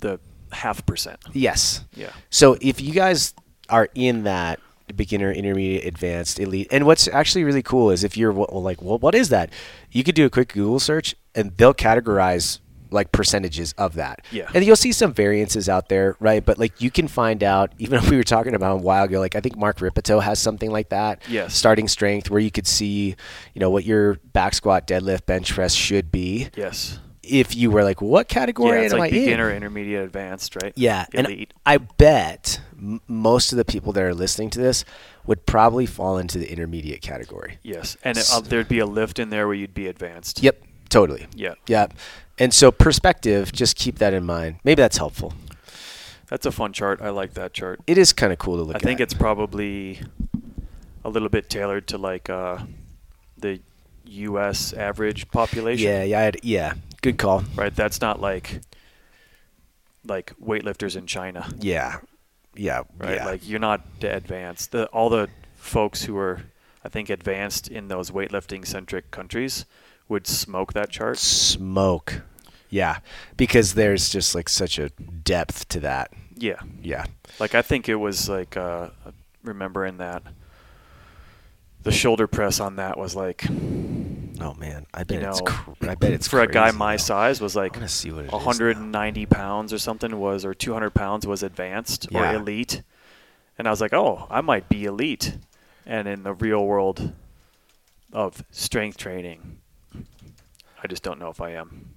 S2: the half percent.
S1: Yes.
S2: Yeah.
S1: So if you guys are in that beginner, intermediate, advanced, elite, and what's actually really cool is if you're wa- well, like, well, what is that? You could do a quick Google search and they'll categorize like percentages of that.
S2: Yeah.
S1: And you'll see some variances out there, right? But like you can find out, even if we were talking about a while ago, like I think Mark Ripito has something like that.
S2: Yes.
S1: Starting strength where you could see, you know, what your back squat, deadlift, bench press should be.
S2: Yes.
S1: If you were like, what
S2: Yeah,
S1: category
S2: it's
S1: am
S2: like
S1: I in?
S2: beginner, intermediate, advanced, right?
S1: eh. Yeah,
S2: Elite.
S1: and I bet m- most of the people that are listening to this would probably fall into the intermediate category.
S2: yes. And it, uh, there'd be a lift in there where you'd be advanced.
S1: Yep, totally.
S2: Yeah.
S1: Yep. And so perspective, just keep that in mind. Maybe that's helpful.
S2: That's a fun chart. I like that chart.
S1: It is kind of cool to look
S2: I
S1: at.
S2: think it's probably a little bit tailored to like uh, the U.S. average population.
S1: Yeah, yeah, I'd- yeah. Good call.
S2: Right. That's not like like weightlifters in China.
S1: Yeah. Yeah.
S2: Right.
S1: yeah.
S2: Like you're not the advanced. The, all the folks who are, I think, advanced in those weightlifting centric countries would smoke that chart.
S1: smoke. Yeah, because there's just like such a depth to that.
S2: Yeah.
S1: Yeah.
S2: Like I think it was like uh, remembering that the shoulder press on that was like
S1: Oh man, I bet
S2: know,
S1: it's cr- I bet it's
S2: for a guy
S1: crazy,
S2: my
S1: though.
S2: size was like
S1: I wanna see what it is now.
S2: 190 pounds or something was or 200 pounds was advanced
S1: Yeah.
S2: or elite and i was like oh i might be elite and in the real world of strength training i just don't know if i am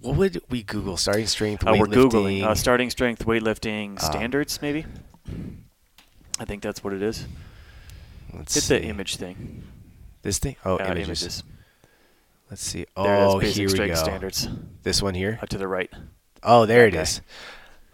S1: What would we Google? Starting strength.
S2: uh, we're
S1: weightlifting. Uh,
S2: googling uh, starting strength weightlifting standards maybe i think that's what it is
S1: Let's
S2: it's
S1: see.
S2: the image thing
S1: This thing? Oh,
S2: Uh,
S1: images.
S2: images
S1: Let's see.
S2: There, that's
S1: Oh,
S2: basic
S1: here we
S2: strength
S1: go.
S2: standards
S1: This one here.
S2: uh, to the right
S1: Oh, there it is.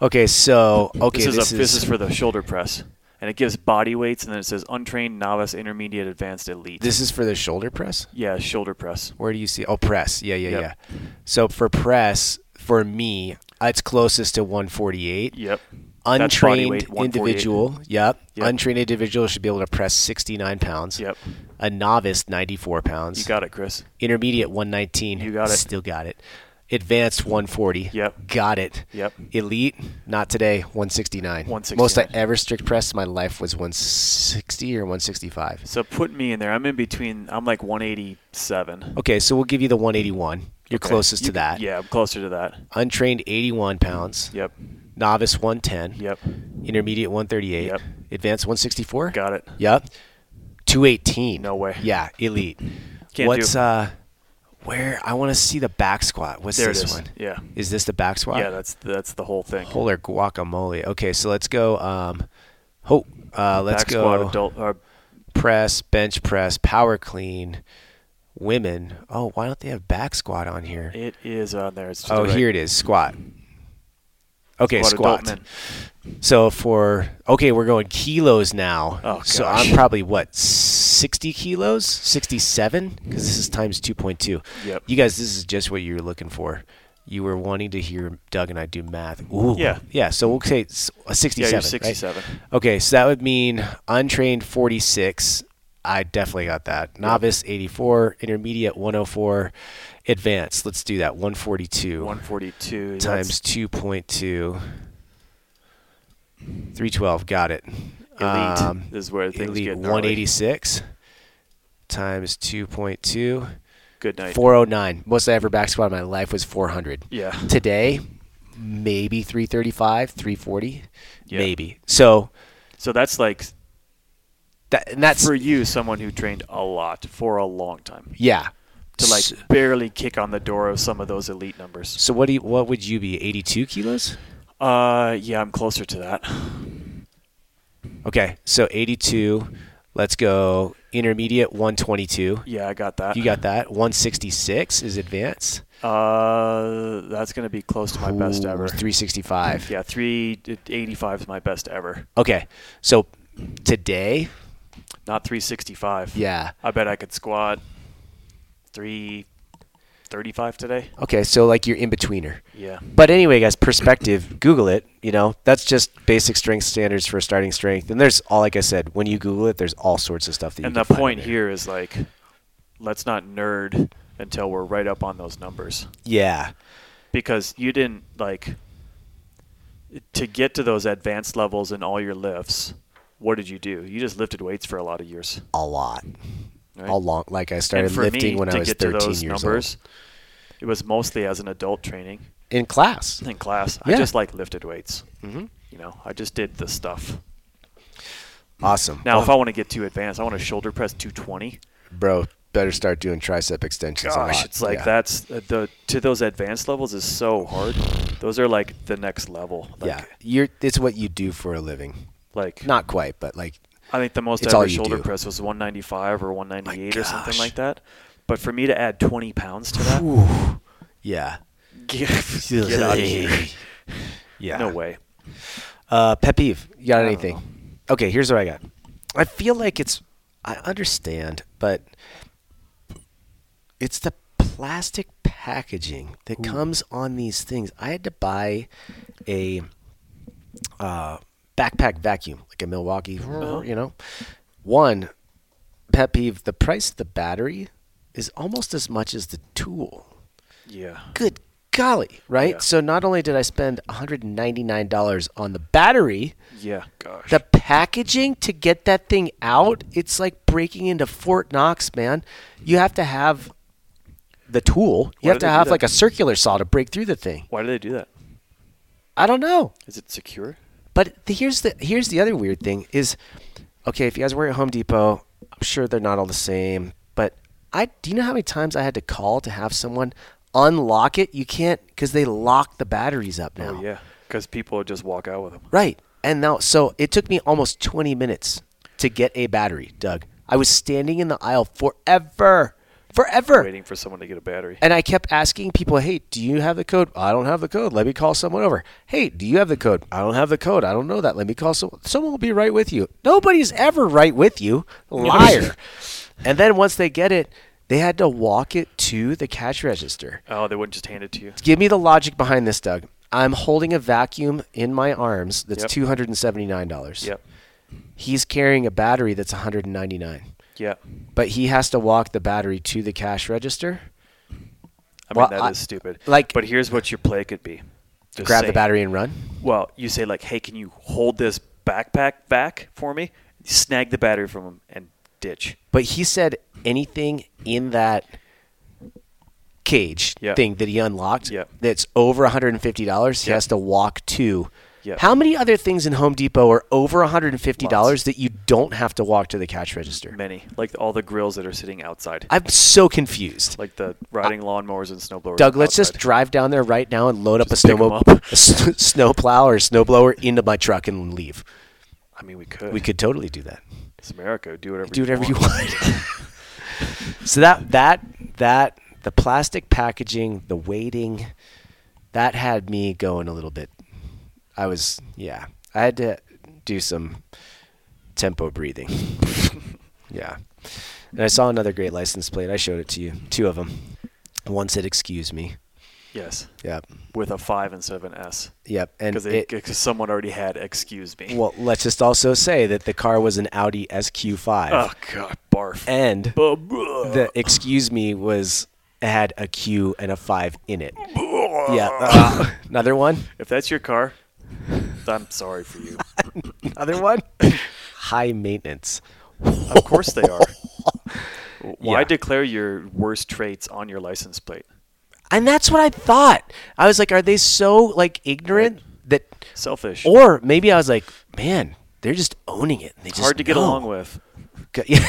S1: Okay, so okay,
S2: this, is, a, this is for the shoulder press, and it gives body weights, and then it says untrained, novice, intermediate, advanced, elite.
S1: this is for the shoulder press.
S2: yeah, shoulder press.
S1: Where do you see? Oh, press. Yeah, yeah,
S2: Yep.
S1: yeah. So for press, for me, it's closest to 148.
S2: Yep. That's body
S1: Untrained
S2: weight, 148.
S1: individual. Yep.
S2: Yep.
S1: Untrained individual should be able to press 69 pounds.
S2: Yep.
S1: A novice 94 pounds.
S2: You got it, Chris.
S1: Intermediate 119.
S2: You got it.
S1: Still got it. Advanced 140.
S2: Yep.
S1: Got it.
S2: Yep.
S1: Elite, not today, 169.
S2: 169.
S1: Most I ever strict pressed in my life was 160 or 165.
S2: So put me in there. I'm in between. I'm like 187.
S1: Okay, so we'll give you the 181. You're
S2: Okay.
S1: closest
S2: You-
S1: to that.
S2: Yeah, I'm closer to that.
S1: Untrained 81 pounds.
S2: Yep.
S1: Novice 110.
S2: Yep.
S1: Intermediate 138.
S2: Yep.
S1: Advanced 164.
S2: Got it.
S1: Yep. 218.
S2: No way.
S1: Yeah, elite.
S2: Can't
S1: What's
S2: do.
S1: uh where I want to see the back squat. What's
S2: There it
S1: this
S2: is.
S1: one?
S2: Yeah.
S1: Is this the back squat?
S2: Yeah, that's that's the whole thing.
S1: Polar guacamole. Okay, so let's go. Um, oh, uh, let's
S2: Back
S1: go.
S2: squat, adult, uh, or
S1: Press, bench press, power clean, women. Oh, why don't they have back squat on here?
S2: it is on there. It's to
S1: oh,
S2: the right.
S1: here it is. Squat. Okay,
S2: Squat,
S1: squat.
S2: adult men.
S1: So for okay, we're going kilos now.
S2: Oh,
S1: so
S2: gosh.
S1: I'm probably what sixty kilos, sixty-seven, because this is times two point two.
S2: Yep.
S1: You guys, this is just what you were looking for. You were wanting to hear Doug and I do math. Ooh.
S2: Yeah.
S1: Yeah. So we'll say s- a
S2: Yeah,
S1: sixty-seven.
S2: you're
S1: right?
S2: 67.
S1: Okay, so that would mean untrained 46. I definitely got that. Novice 84, intermediate 104, advanced. Let's do that. 142
S2: 142. That's-
S1: times 2.2. 312. Got it.
S2: Elite um, is where things
S1: elite
S2: get gnarly.
S1: 186 times 2.2.
S2: Good night.
S1: 409. Most I ever back squat in my life was 400.
S2: Yeah.
S1: Today, maybe 335, 340,
S2: Yeah.
S1: maybe. So
S2: So that's like
S1: that and that's
S2: for you, someone who trained a lot for a long time
S1: yeah.
S2: to like
S1: S-
S2: barely kick on the door of some of those elite numbers.
S1: so what do you, what would you be? 82 kilos?
S2: Uh, yeah, I'm closer to that.
S1: Okay, so 82. Let's go intermediate 122.
S2: Yeah, I got that.
S1: You got that. 166 is advanced.
S2: Uh, that's gonna be close to my best
S1: Ooh,
S2: ever.
S1: 365.
S2: Yeah, three eighty-five is my best ever.
S1: Okay, so today,
S2: Not three sixty-five.
S1: yeah.
S2: I bet I could squat three thirty-five today.
S1: Okay, so like you're in betweener.
S2: Yeah.
S4: But anyway, guys, perspective. Google it. You know, that's just basic strength standards for starting strength. And there's all, like I said, when you Google it, there's all sorts of stuff that you
S2: and
S4: can
S2: the
S4: find
S2: point
S4: in there.
S2: here is like, let's not nerd until we're right up on those numbers.
S4: Yeah.
S2: because you didn't like to get to those advanced levels in all your lifts. What did you do? You just lifted weights for a lot of years.
S1: A lot.
S2: Right?
S1: A long. Like I started
S2: and for
S1: lifting
S2: me
S1: when
S2: to
S1: I was
S2: get
S1: 13
S2: to those
S1: years old.
S2: numbers, it was mostly as an adult training
S1: In class.
S2: in class. I
S1: Yeah.
S2: just like lifted weights.
S1: Mhm.
S2: You know, I just did the stuff.
S1: Awesome.
S2: Now, if I want to get too advanced, I want to shoulder press 220.
S1: bro, better start doing tricep extensions. a
S2: Gosh,
S1: lot.
S2: it's like
S1: Yeah.
S2: that's uh, the to those advanced levels is so hard. Those are like the next level. Like,
S1: yeah, you're. It's what you do for a living.
S2: like
S1: Not quite, but like,
S2: I think the most
S1: It's
S2: I
S1: all
S2: ever
S1: you
S2: shoulder
S1: do.
S2: press was 195 or 198 or something
S1: gosh.
S2: like that. But for me to add 20 pounds to that,
S1: ooh, yeah,
S2: get, get out of here.
S1: yeah.
S2: No way.
S4: Uh, pet peeve.
S1: You got
S2: don't
S1: anything?
S2: know.
S4: Okay, here's what I got.
S1: I feel like it's. I understand, but it's the plastic packaging that comes on these things. I had to buy a uh, backpack vacuum, like a Milwaukee, you know. One pet peeve: the price of the battery is almost as much as the tool.
S2: Yeah.
S1: Good golly, right?
S2: Yeah.
S1: So not only did I spend $199 on the battery,
S2: Yeah. Gosh.
S1: the packaging to get that thing out, it's like breaking into Fort Knox, man. You have to have the tool. You
S2: Why
S1: have
S2: do
S1: to
S2: they do
S1: have
S2: that?
S1: like a circular saw to break through the thing.
S2: Why do they do that?
S1: I don't know.
S2: Is it secure?
S1: But the, here's the here's the other weird thing is, okay, if you guys were at Home Depot, I'm sure they're not all the same. But I do you know how many times I had to call to have someone unlock it? You can't because they lock the batteries up now.
S2: Oh, yeah. Because people just walk out with them.
S1: Right. And now, so it took me almost 20 minutes to get a battery, Doug. I was standing in the aisle forever, forever.
S2: Waiting for someone to get a battery.
S1: And I kept asking people, hey, do you have the code? I don't have the code. Let me call someone over. Hey, do you have the code? I don't have the code. I don't know that. Let me call someone. Someone will be right with you. Nobody's ever right with you. Liar. and then once they get it, they had to walk it to the cash register
S2: Oh, they wouldn't just hand it to you.
S1: give me the logic behind this, Doug. I'm holding a vacuum in my arms that's
S2: Yep.
S1: two hundred and seventy nine dollars.
S2: Yep.
S1: He's carrying a battery that's one hundred and ninety nine,
S2: Yeah.
S1: but he has to walk the battery to the cash register.
S2: I mean,
S1: Well,
S2: that is
S1: I-
S2: stupid.
S1: like-
S2: but here's what your play could be. Just
S1: grab the
S2: saying.
S1: battery and run.
S2: Well, you say like, "Hey, can you hold this backpack back for me?" Snag the battery from him and ditch.
S1: But he said anything in that cage
S2: Yeah.
S1: thing that he unlocked
S2: Yeah.
S1: that's over one hundred and fifty dollars, he
S2: Yeah.
S1: has to walk to.
S2: Yeah.
S1: How many other things in Home Depot are over one hundred and fifty
S2: Lots.
S1: dollars that you don't have to walk to the cash register?
S2: Many, like all the grills that are sitting outside,
S1: I'm so confused.
S2: like the riding lawnmowers and snowblowers.
S1: Doug, let's just
S2: outside.
S1: drive down there right now and load
S2: Just
S1: up a
S2: pick 'em
S1: snowmo-
S2: up.
S1: a s- snowplow or snowblower into my truck and leave.
S2: I mean, we could.
S1: We could totally do that.
S2: It's America. Do whatever.
S1: Do whatever you want. so that that that the plastic packaging, the waiting, that had me going a little bit. I was yeah. I had to do some tempo breathing. yeah. And I saw another great license plate. I showed it to you. Two of them. One said "Excuse me."
S2: Yes,
S1: Yep.
S2: with a five instead of an S,
S1: Yep. And
S2: because
S1: it,
S2: someone already had. Excuse me.
S1: Well, let's just also say that the car was an Audi SQ5,
S2: Oh God, barf.
S1: and
S2: Buh, buh.
S1: the excuse me was had a Q and a five in it. yeah, uh, another one.
S2: if that's your car, I'm sorry for you.
S1: Another one? High maintenance.
S2: Of course they are. Why
S1: Yeah.
S2: declare your worst traits on your license plate?
S1: And that's what I thought. I was like, are they so like ignorant that
S2: Selfish.
S1: or maybe I was like, man, they're just owning it. They just
S2: Hard to get
S1: know.
S2: along with.
S1: Yeah.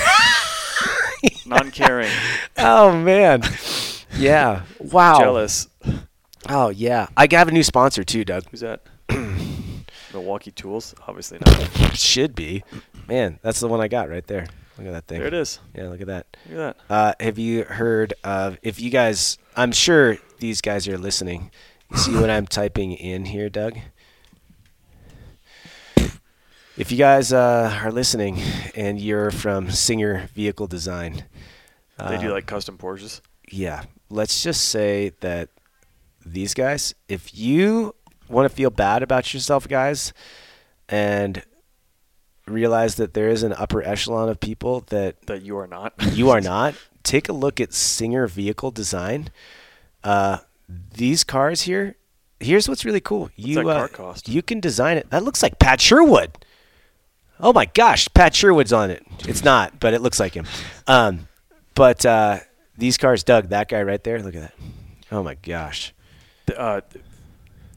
S2: Non-caring.
S1: oh man. Yeah. Wow.
S2: Jealous.
S1: Oh yeah. I have a new sponsor too, Doug.
S2: Who's that? Milwaukee Tools? Obviously not.
S1: Should be. Man, that's the one I got right there. Look at that thing.
S2: There it is.
S1: Yeah, look at that.
S2: Look at that.
S1: Uh, have you heard of? If you guys, I'm sure these guys are listening. You see what I'm typing in here, Doug? If you guys uh, are listening and you're from Singer Vehicle Design,
S2: They do
S1: uh,
S2: like custom Porsches.
S1: yeah, let's just say that these guys, if you want to feel bad about yourself, guys, and realize that there is an upper echelon of people that
S2: That you are not.
S1: you are not, take a look at Singer Vehicle Design. Uh, these cars here, here's what's really cool. you
S2: that
S1: uh,
S2: car cost?
S1: you can design it. That looks like Pat Sherwood. Oh my gosh, Pat Sherwood's on it. It's not, but it looks like him. Um, but uh, these cars, Doug, that guy right there, look at that. Oh my gosh.
S2: Th- uh, th-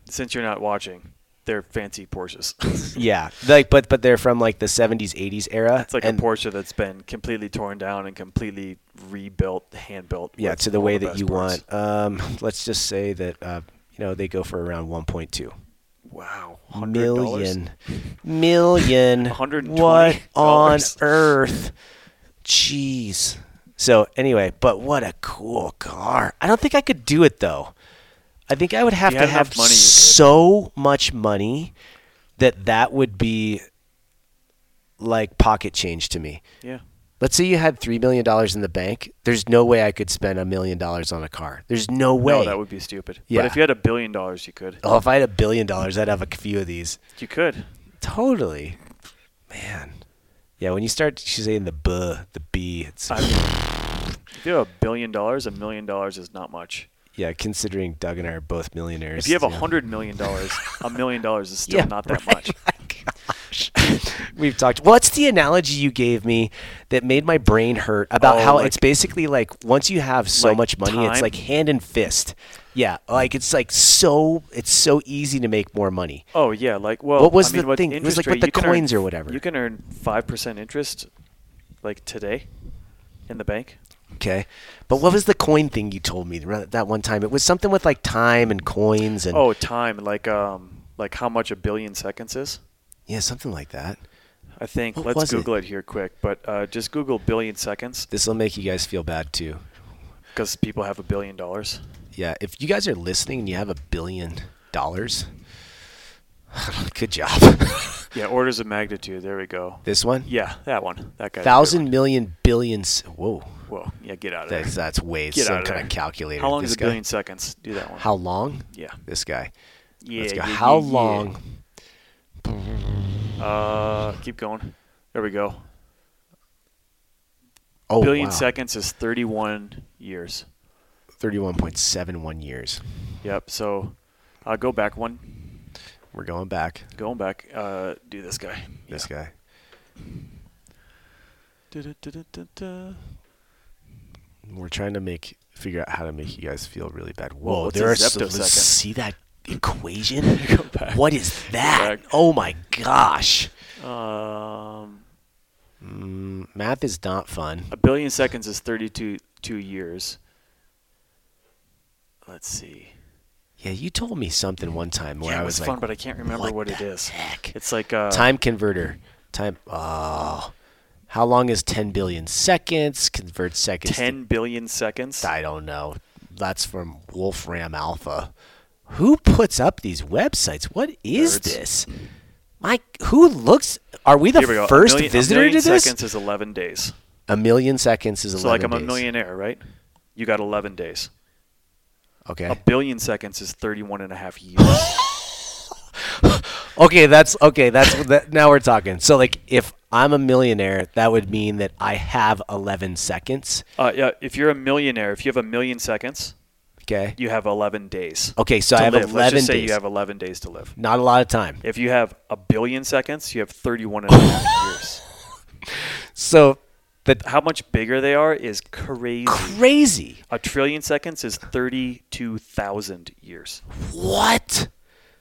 S2: since you're not watching, they're fancy Porsches.
S1: Yeah, like but but they're from like the 70s, 80s era.
S2: It's like
S1: and
S2: a Porsche that's been completely torn down and completely rebuilt, hand built.
S1: yeah
S2: with
S1: to the
S2: all
S1: way that
S2: best
S1: you
S2: parts.
S1: want um, let's just say that uh, you know they go for around 1.2
S2: Wow,
S1: million million
S2: $120?
S1: what on earth jeez so anyway but what a cool car i don't think i could do it though i think i would have
S2: you
S1: to
S2: had enough
S1: have
S2: money, you could.
S1: so much money that that would be like pocket change to me
S2: Yeah,
S1: Let's say you had three million dollars in the bank. There's no way I could spend a million dollars on a car. There's no way.
S2: no, that would be stupid.
S1: Yeah.
S2: But if you had a billion dollars, you could.
S1: oh, if I had a billion dollars, I'd have a few of these.
S2: You could.
S1: Totally, man. Yeah, when you start saying the b, the b, it's
S2: I mean, if you have a billion dollars, a million dollars is not much.
S1: yeah. Considering Doug and I are both millionaires,
S2: If you have a
S1: yeah.
S2: hundred million dollars, a million dollars is still
S1: Yeah,
S2: not that much.
S1: we've talked. What's the analogy you gave me that made my brain hurt about
S2: Oh,
S1: how
S2: like-
S1: it's basically like once you have so
S2: like
S1: much money, it's
S2: time?
S1: like hand and fist. Yeah, like it's like so it's so easy to make more money.
S2: Oh yeah, like well,
S1: What was
S2: I mean,
S1: the
S2: with
S1: thing? It was
S2: interest
S1: like with
S2: rate,
S1: the
S2: you can earn-
S1: coins or whatever.
S2: You can earn five percent interest, like today, in the bank.
S1: Okay. But what was the coin thing you told me ra- that one time? It was something with like time and coins and
S2: Oh, time, like um, like how much a billion seconds is.
S1: yeah, something like that.
S2: I think.
S1: What was
S2: let's
S1: it?
S2: Google it? here quick, but uh, just Google billion seconds
S1: This will make you guys feel bad too.
S2: because people have a billion dollars.
S1: Yeah, if you guys are listening and you have a billion dollars, good job.
S2: Yeah, orders of magnitude. There we go.
S1: this one?
S2: Yeah, that one. That guy.
S1: Thousand million billions. Whoa.
S2: Whoa. Yeah, get out of there.
S1: That's that's way
S2: Get
S1: some
S2: out of
S1: kind
S2: there.
S1: of calculator.
S2: How long
S1: this
S2: is a
S1: guy.
S2: billion seconds? Do that one.
S1: How long?
S2: Yeah.
S1: This guy.
S2: Yeah.
S1: Let's go.
S2: yeah, yeah,
S1: How
S2: yeah.
S1: long?
S2: Uh, keep going. There we go.
S1: Oh,
S2: billion
S1: wow.
S2: seconds is 31 years.
S1: 31.71 years.
S2: Yep. So, uh, go back one.
S1: We're going back.
S2: Going back. Uh, do this guy.
S1: This guy.
S2: guy.
S1: We're trying to make figure out how to make you guys feel really bad.
S2: Whoa,
S1: Whoa,
S2: what's
S1: there
S2: a
S1: are so,
S2: zeptosecond?
S1: let's see that equation.
S2: back.
S1: what is that?
S2: back.
S1: Oh my gosh!
S2: Um,
S1: Mm, math is not fun.
S2: a billion seconds is 32 two years. Let's see.
S1: Yeah, you told me something one time where
S2: yeah,
S1: I
S2: it
S1: was,
S2: was
S1: like,
S2: fun, but I can't remember what,
S1: "What
S2: it
S1: the
S2: is.
S1: heck?"
S2: It's like uh,
S1: time converter. Time. Oh, how long is 10 billion seconds? Convert seconds. to-
S2: 10 billion seconds.
S1: I don't know. That's from Wolfram Alpha. Who puts up these websites? What is
S2: Nerds.
S1: this? My who looks? Are we the
S2: Here we go. A
S1: first
S2: million- a
S1: visitor to
S2: million
S1: this?
S2: seconds is 11 days.
S1: A million seconds is
S2: So
S1: 11
S2: like I'm
S1: days.
S2: a millionaire, right? You got 11 days.
S1: Okay.
S2: A billion seconds is 31 and a half years.
S1: Okay, that's okay. That's that, now we're talking. So like, if I'm a millionaire, that would mean that I have 11 seconds.
S2: uh, yeah, if you're a millionaire, if you have a million seconds,
S1: Okay.
S2: You have 11 days.
S1: Okay, so
S2: to
S1: I have
S2: live. Let's
S1: 11
S2: just say
S1: days.
S2: you have 11 days to live.
S1: Not a lot of time.
S2: If you have a billion seconds, you have 31 and a half years.
S1: So the
S2: How much bigger they are is crazy.
S1: crazy.
S2: A trillion seconds is 32,000 years.
S1: What?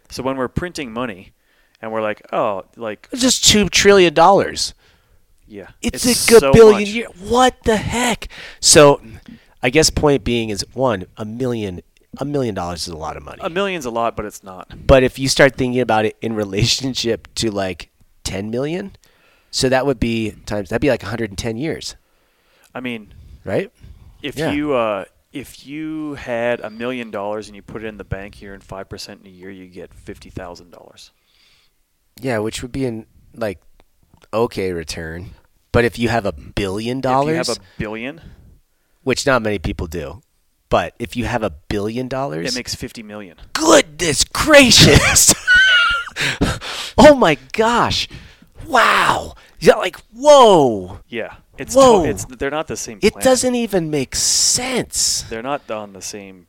S2: So when we're printing money and we're like, oh, like,
S1: It's just two trillion dollars.
S2: yeah.
S1: It's, a good
S2: so
S1: billion
S2: much.
S1: year. What the heck? So, I guess point being is one a million. A million dollars is a lot of money.
S2: A million's a lot, but it's not.
S1: But if you start thinking about it in relationship to like 10 million, so that would be times that'd be like 110 years,
S2: I mean,
S1: right?
S2: if
S1: Yeah.
S2: you uh, if you had a million dollars and you put it in the bank here in five percent in a year, you get fifty thousand dollars.
S1: Yeah, which would be an like okay return. But if you have a billion
S2: If you
S1: dollars,
S2: have a billion,
S1: which not many people do, but if you have a billion dollars,
S2: it makes fifty million.
S1: goodness gracious. oh my gosh. Wow. Yeah, like whoa.
S2: Yeah, it's
S1: Whoa.
S2: To, it's they're not the same.
S1: It
S2: planet.
S1: doesn't even make sense.
S2: They're not on the same.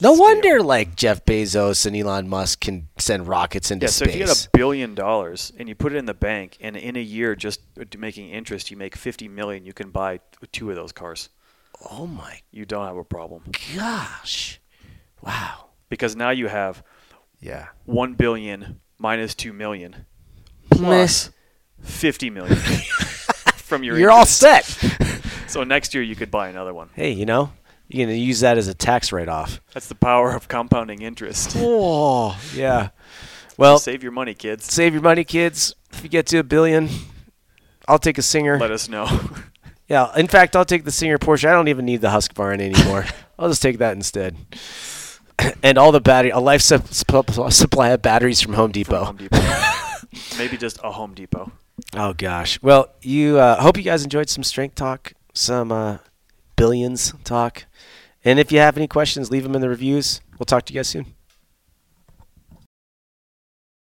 S1: No
S2: scale.
S1: wonder, like Jeff Bezos and Elon Musk can send rockets into
S2: Yeah, so
S1: space.
S2: if you get a billion dollars and you put it in the bank, and in a year just uh, making interest, you make fifty million. You can buy two of those cars.
S1: oh my
S2: You don't have a problem
S1: gosh! Wow.
S2: because now you have
S1: Yeah.
S2: one billion minus two million plus fifty million from your.
S1: You're, all set.
S2: interest. So next year you could buy another one.
S1: hey, you know, you're gonna use that as a tax write-off.
S2: That's the power of compounding interest.
S1: Oh yeah. Well,
S2: Save your money, kids.
S1: save your money, kids. If you get to a billion, I'll take a singer.
S2: Let us know.
S1: yeah. In fact, I'll take the singer Porsche. I don't even need the Husqvarna anymore. I'll just take that instead. and all the battery, a life sup- sup- supply of batteries from Home Depot.
S2: From Home Depot. Maybe just a Home Depot.
S1: Oh gosh. Well, you uh, hope you guys enjoyed some strength talk, some uh, billions talk, and if you have any questions, leave them in the reviews. We'll talk to you guys soon.